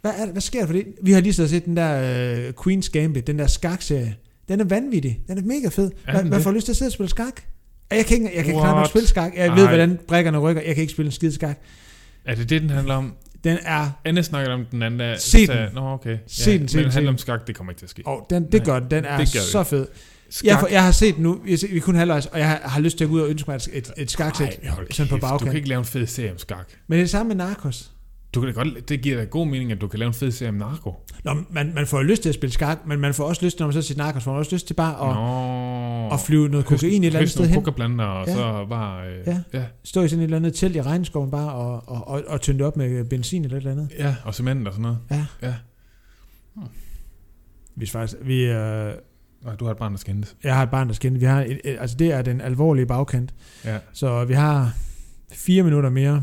Hvad, er, hvad sker der for det? Vi har lige så set den der øh, Queen's Gambit, den der skakserie. Den er vanvittig. Den er mega fed.
den
Hvad, hvad
det?
får lyst til at sidde og spille skak? Og Jeg kan ikke, jeg kan ikke klart nok
What?
spille skak. Jeg ved,
Ej.
hvordan brækkerne rykker. Jeg kan ikke spille en skid skak.
Er det det, den handler om?
Den er...
Anne snakker om den anden. dag.
Se
Så-
den.
Nå, okay.
Se den, se
men
den,
det
se
handler
den.
om skak, det kommer ikke til at ske.
Oh, den, det
Nej,
gør den. Den er
det gør vi
så fed.
Skak.
Jeg, får, jeg har set den nu, vi, har set, vi er kun halvvejs, og jeg har, har lyst til at gå ud og ønske mig et, et, et skaksæt
Ej, hold
sådan på
kæft, Du kan
bagkanten.
ikke lave en fed serie om skak.
Men det er det samme med Narcos.
Du kan da godt, det giver da god mening, at du kan lave en fed serie om narko.
Nå, man, man får jo lyst til at spille skak, men man får også lyst til, når man så siger Narcos, får man også lyst til bare at,
Nå.
at flyve noget kokain et eller andet sted hen.
hen. og
Ja.
ja. så bare... Øh,
Ja.
ja. ja.
Stå i sådan et eller andet telt i regnskoven bare og, og, og, og tynde det op med benzin eller et eller andet.
Ja, og cement og sådan noget.
Ja.
ja.
Vi, er faktisk, vi, øh,
Nå, du har et barn, der skændes.
jeg har et barn, der skændte. Vi har et, et, altså det er den alvorlige bagkant.
Ja.
Så vi har fire minutter mere,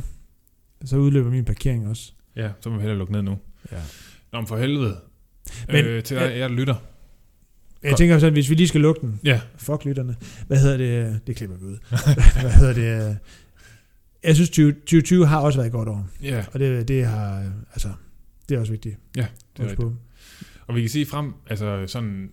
så udløber min parkering også.
Ja, så må vi hellere lukke ned nu.
Ja.
Nå, men for helvede.
Men-
Men, øh, til dig, jeg lytter.
Jeg tænker sådan, hvis vi lige skal lukke den,
Ja.
Fuck lytterne. Hvad hedder det? Det klipper vi ud. Hvad hedder det? Jeg synes, 20- 2020 har også været et godt år.
Ja,
Og det, det har, øh, altså, det er også vigtigt.
Ja,
det er
rigtigt.
på.
og vi kan sige frem, altså sådan,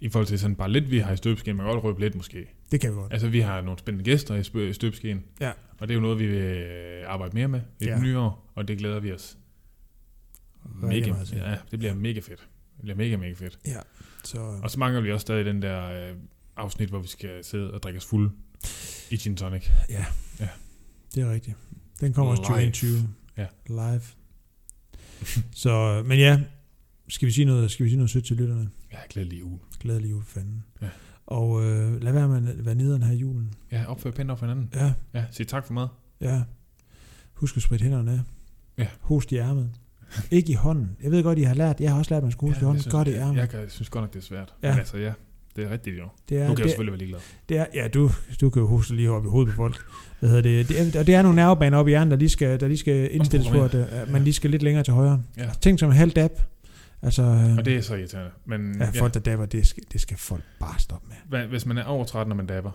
i forhold til sådan bare lidt, vi har i støbeskeen, man kan godt røbe lidt måske.
Det kan vi godt.
Altså, vi har nogle spændende gæster i spø- i støbeskeen.
Ja.
Og det er jo noget, vi vil øh, arbejde mere med i
Ja.
det nye år, og det glæder vi os
Rigtig
mega.
meget til.
Ja, det bliver mega fedt. Det bliver mega, mega fedt.
Så, øh,
Og så mangler vi også stadig den der øh, afsnit, hvor vi skal sidde og drikke os fulde i gin tonic.
det er rigtigt. Den kommer også
Live.
2021.
Ja.
Live. Så, men ja, skal vi sige noget, skal vi sige noget sødt til lytterne?
Ja, glædelig jul.
Glædelig jul for fanden.
Ja.
Og øh, lad være med at være nederen her i julen.
Ja, opfør pænt over for hinanden.
Ja,
Ja, sig tak for mad.
Ja. Husk at spritte hænderne af.
Ja.
Host i ærmet. Ikke i hånden. Jeg ved godt, I har lært. Jeg har også lært, at man skal
ja,
huske ja, i
jeg
hånden.
synes-
Godt i ærmet.
Jeg, jeg, kan- synes godt nok, det er svært.
Ja.
Ja. Men altså, ja, det er rigtigt jo.
det er,
Nu kan jeg
det,
selvfølgelig være ligeglad.
det er, ja, du, du kan jo hoste lige op i hovedet på folk. Hvad hedder det? det er, og det er nogle nervebaner op i hjernen, der lige skal, der lige skal indstilles på, at, øh, at man lige skal lidt længere til højre.
Ja.
Tænk som en halv dab. Altså, øh,
Og det er så irriterende. Men
ja, folk, der dabber, det skal, det skal folk bare stoppe med.
Hva- hvis man er over 13, når man dapper.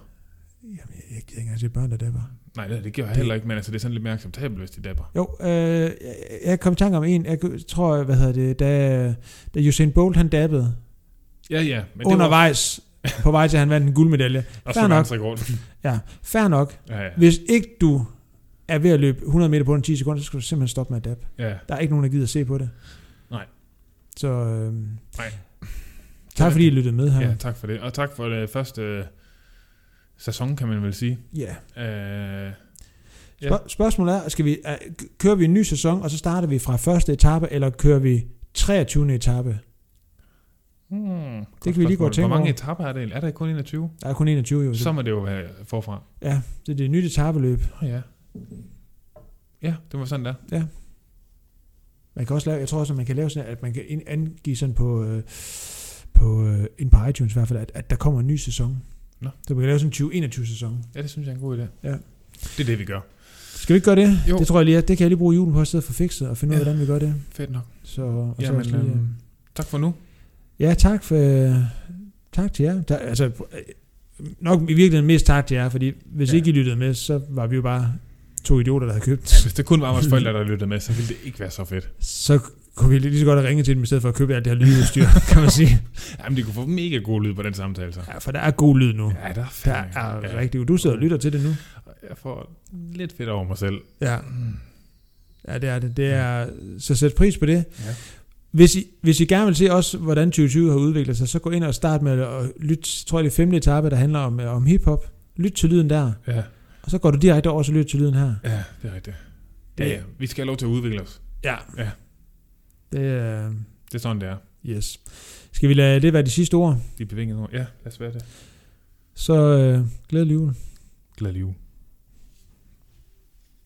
Jamen, jeg, jeg gider ikke engang se børn, der dabber.
Nej, det, det gør jeg
Det-
heller ikke, men altså, det er sådan lidt mere acceptabelt, hvis de dapper.
Jo, øh, jeg, jeg kom i tanke om en. Jeg tror, hvad hedder det, da, da Usain Bolt, han dabbede,
Ja, ja. Men det var
undervejs på vej til, at han vandt en guldmedalje.
også
fair nok.
verdensrekord.
Ja, fair nok.
Ja, ja.
Hvis ikke du er ved at løbe 100 meter på den 10 sekunder, så skal du simpelthen stoppe med at dab.
ja.
Der er ikke nogen, der gider at se på det.
Nej.
Så øh,
Nej.
tak fordi I lyttede med her.
ja, tak for det. Og tak for det første øh, sæson, kan man vel sige.
Ja.
Øh, Ja.
Spørg- spørgsmålet er, skal vi, er, kører vi en ny sæson, og så starter vi fra første etape, eller kører vi 23. etape?
hmm, godt
kan vi lige gå og
spørgsmål.
tænke
Hvor mange
over.
etapper er det? Er der kun 21?
Der er kun 21 jo.
Så
Så.
må det jo være forfra.
Ja, det er det nye etabeløb.
Nå ja. Ja, det var sådan der.
Man kan også lave, jeg tror også, at man kan lave sådan, at man kan ind- angive sådan på, øh, på øh, ind på iTunes i hvert fald, at, at der kommer en ny sæson.
Nå.
Så man kan lave sådan en 2021-sæson.
Ja, det synes jeg er en god idé.
Ja.
Det er det, vi gør.
Skal vi ikke gøre det?
Jo.
Det tror jeg lige, at det kan jeg lige bruge julen på at sidde og få fikset og finde ud af,
Ja.
hvordan vi gør det.
Fedt nok.
Så, og så
Jamen,
også lige, øh,
øhm, tak for nu.
ja, tak, for, øh, tak til jer. Tak, altså, øh, nok i virkeligheden mest tak til jer, fordi hvis ja.
Ja.
ikke I lyttede med, så var vi jo bare to idioter, der havde købt.
Ja, hvis det kun var vores forældre, der lyttede med, så ville det ikke være så fedt.
Så kunne vi lige så godt have ringet til dem, i stedet for at købe alt det her lydudstyr, kan man sige.
Jamen, de kunne få mega god lyd på den samtale, så.
Ja, for der er god lyd nu.
Ja, der er
Der
fandme-
er
ja.
ja. rigtig Du sidder og lytter til det nu.
Jeg får lidt fedt over mig selv.
Ja. Ja, det er det. det er, så sæt pris på det.
Ja.
Hvis I, hvis I gerne vil se også, hvordan 2020 har udviklet sig, så gå ind og start med at lytte, tror jeg det er femte etape, der handler om, om hiphop. Lyt til lyden der,
Ja,
og så går du direkte over til lyt til lyden her.
ja det er rigtigt. Ja, ja. Vi skal have lov til at udvikle os.
Ja.
Ja.
Det er,
Det er sådan, det er.
yes. Skal vi lade det være de sidste ord?
De bevingede ord. Ja, lad os være det.
Så øh, glædelig jul.
Glad jul.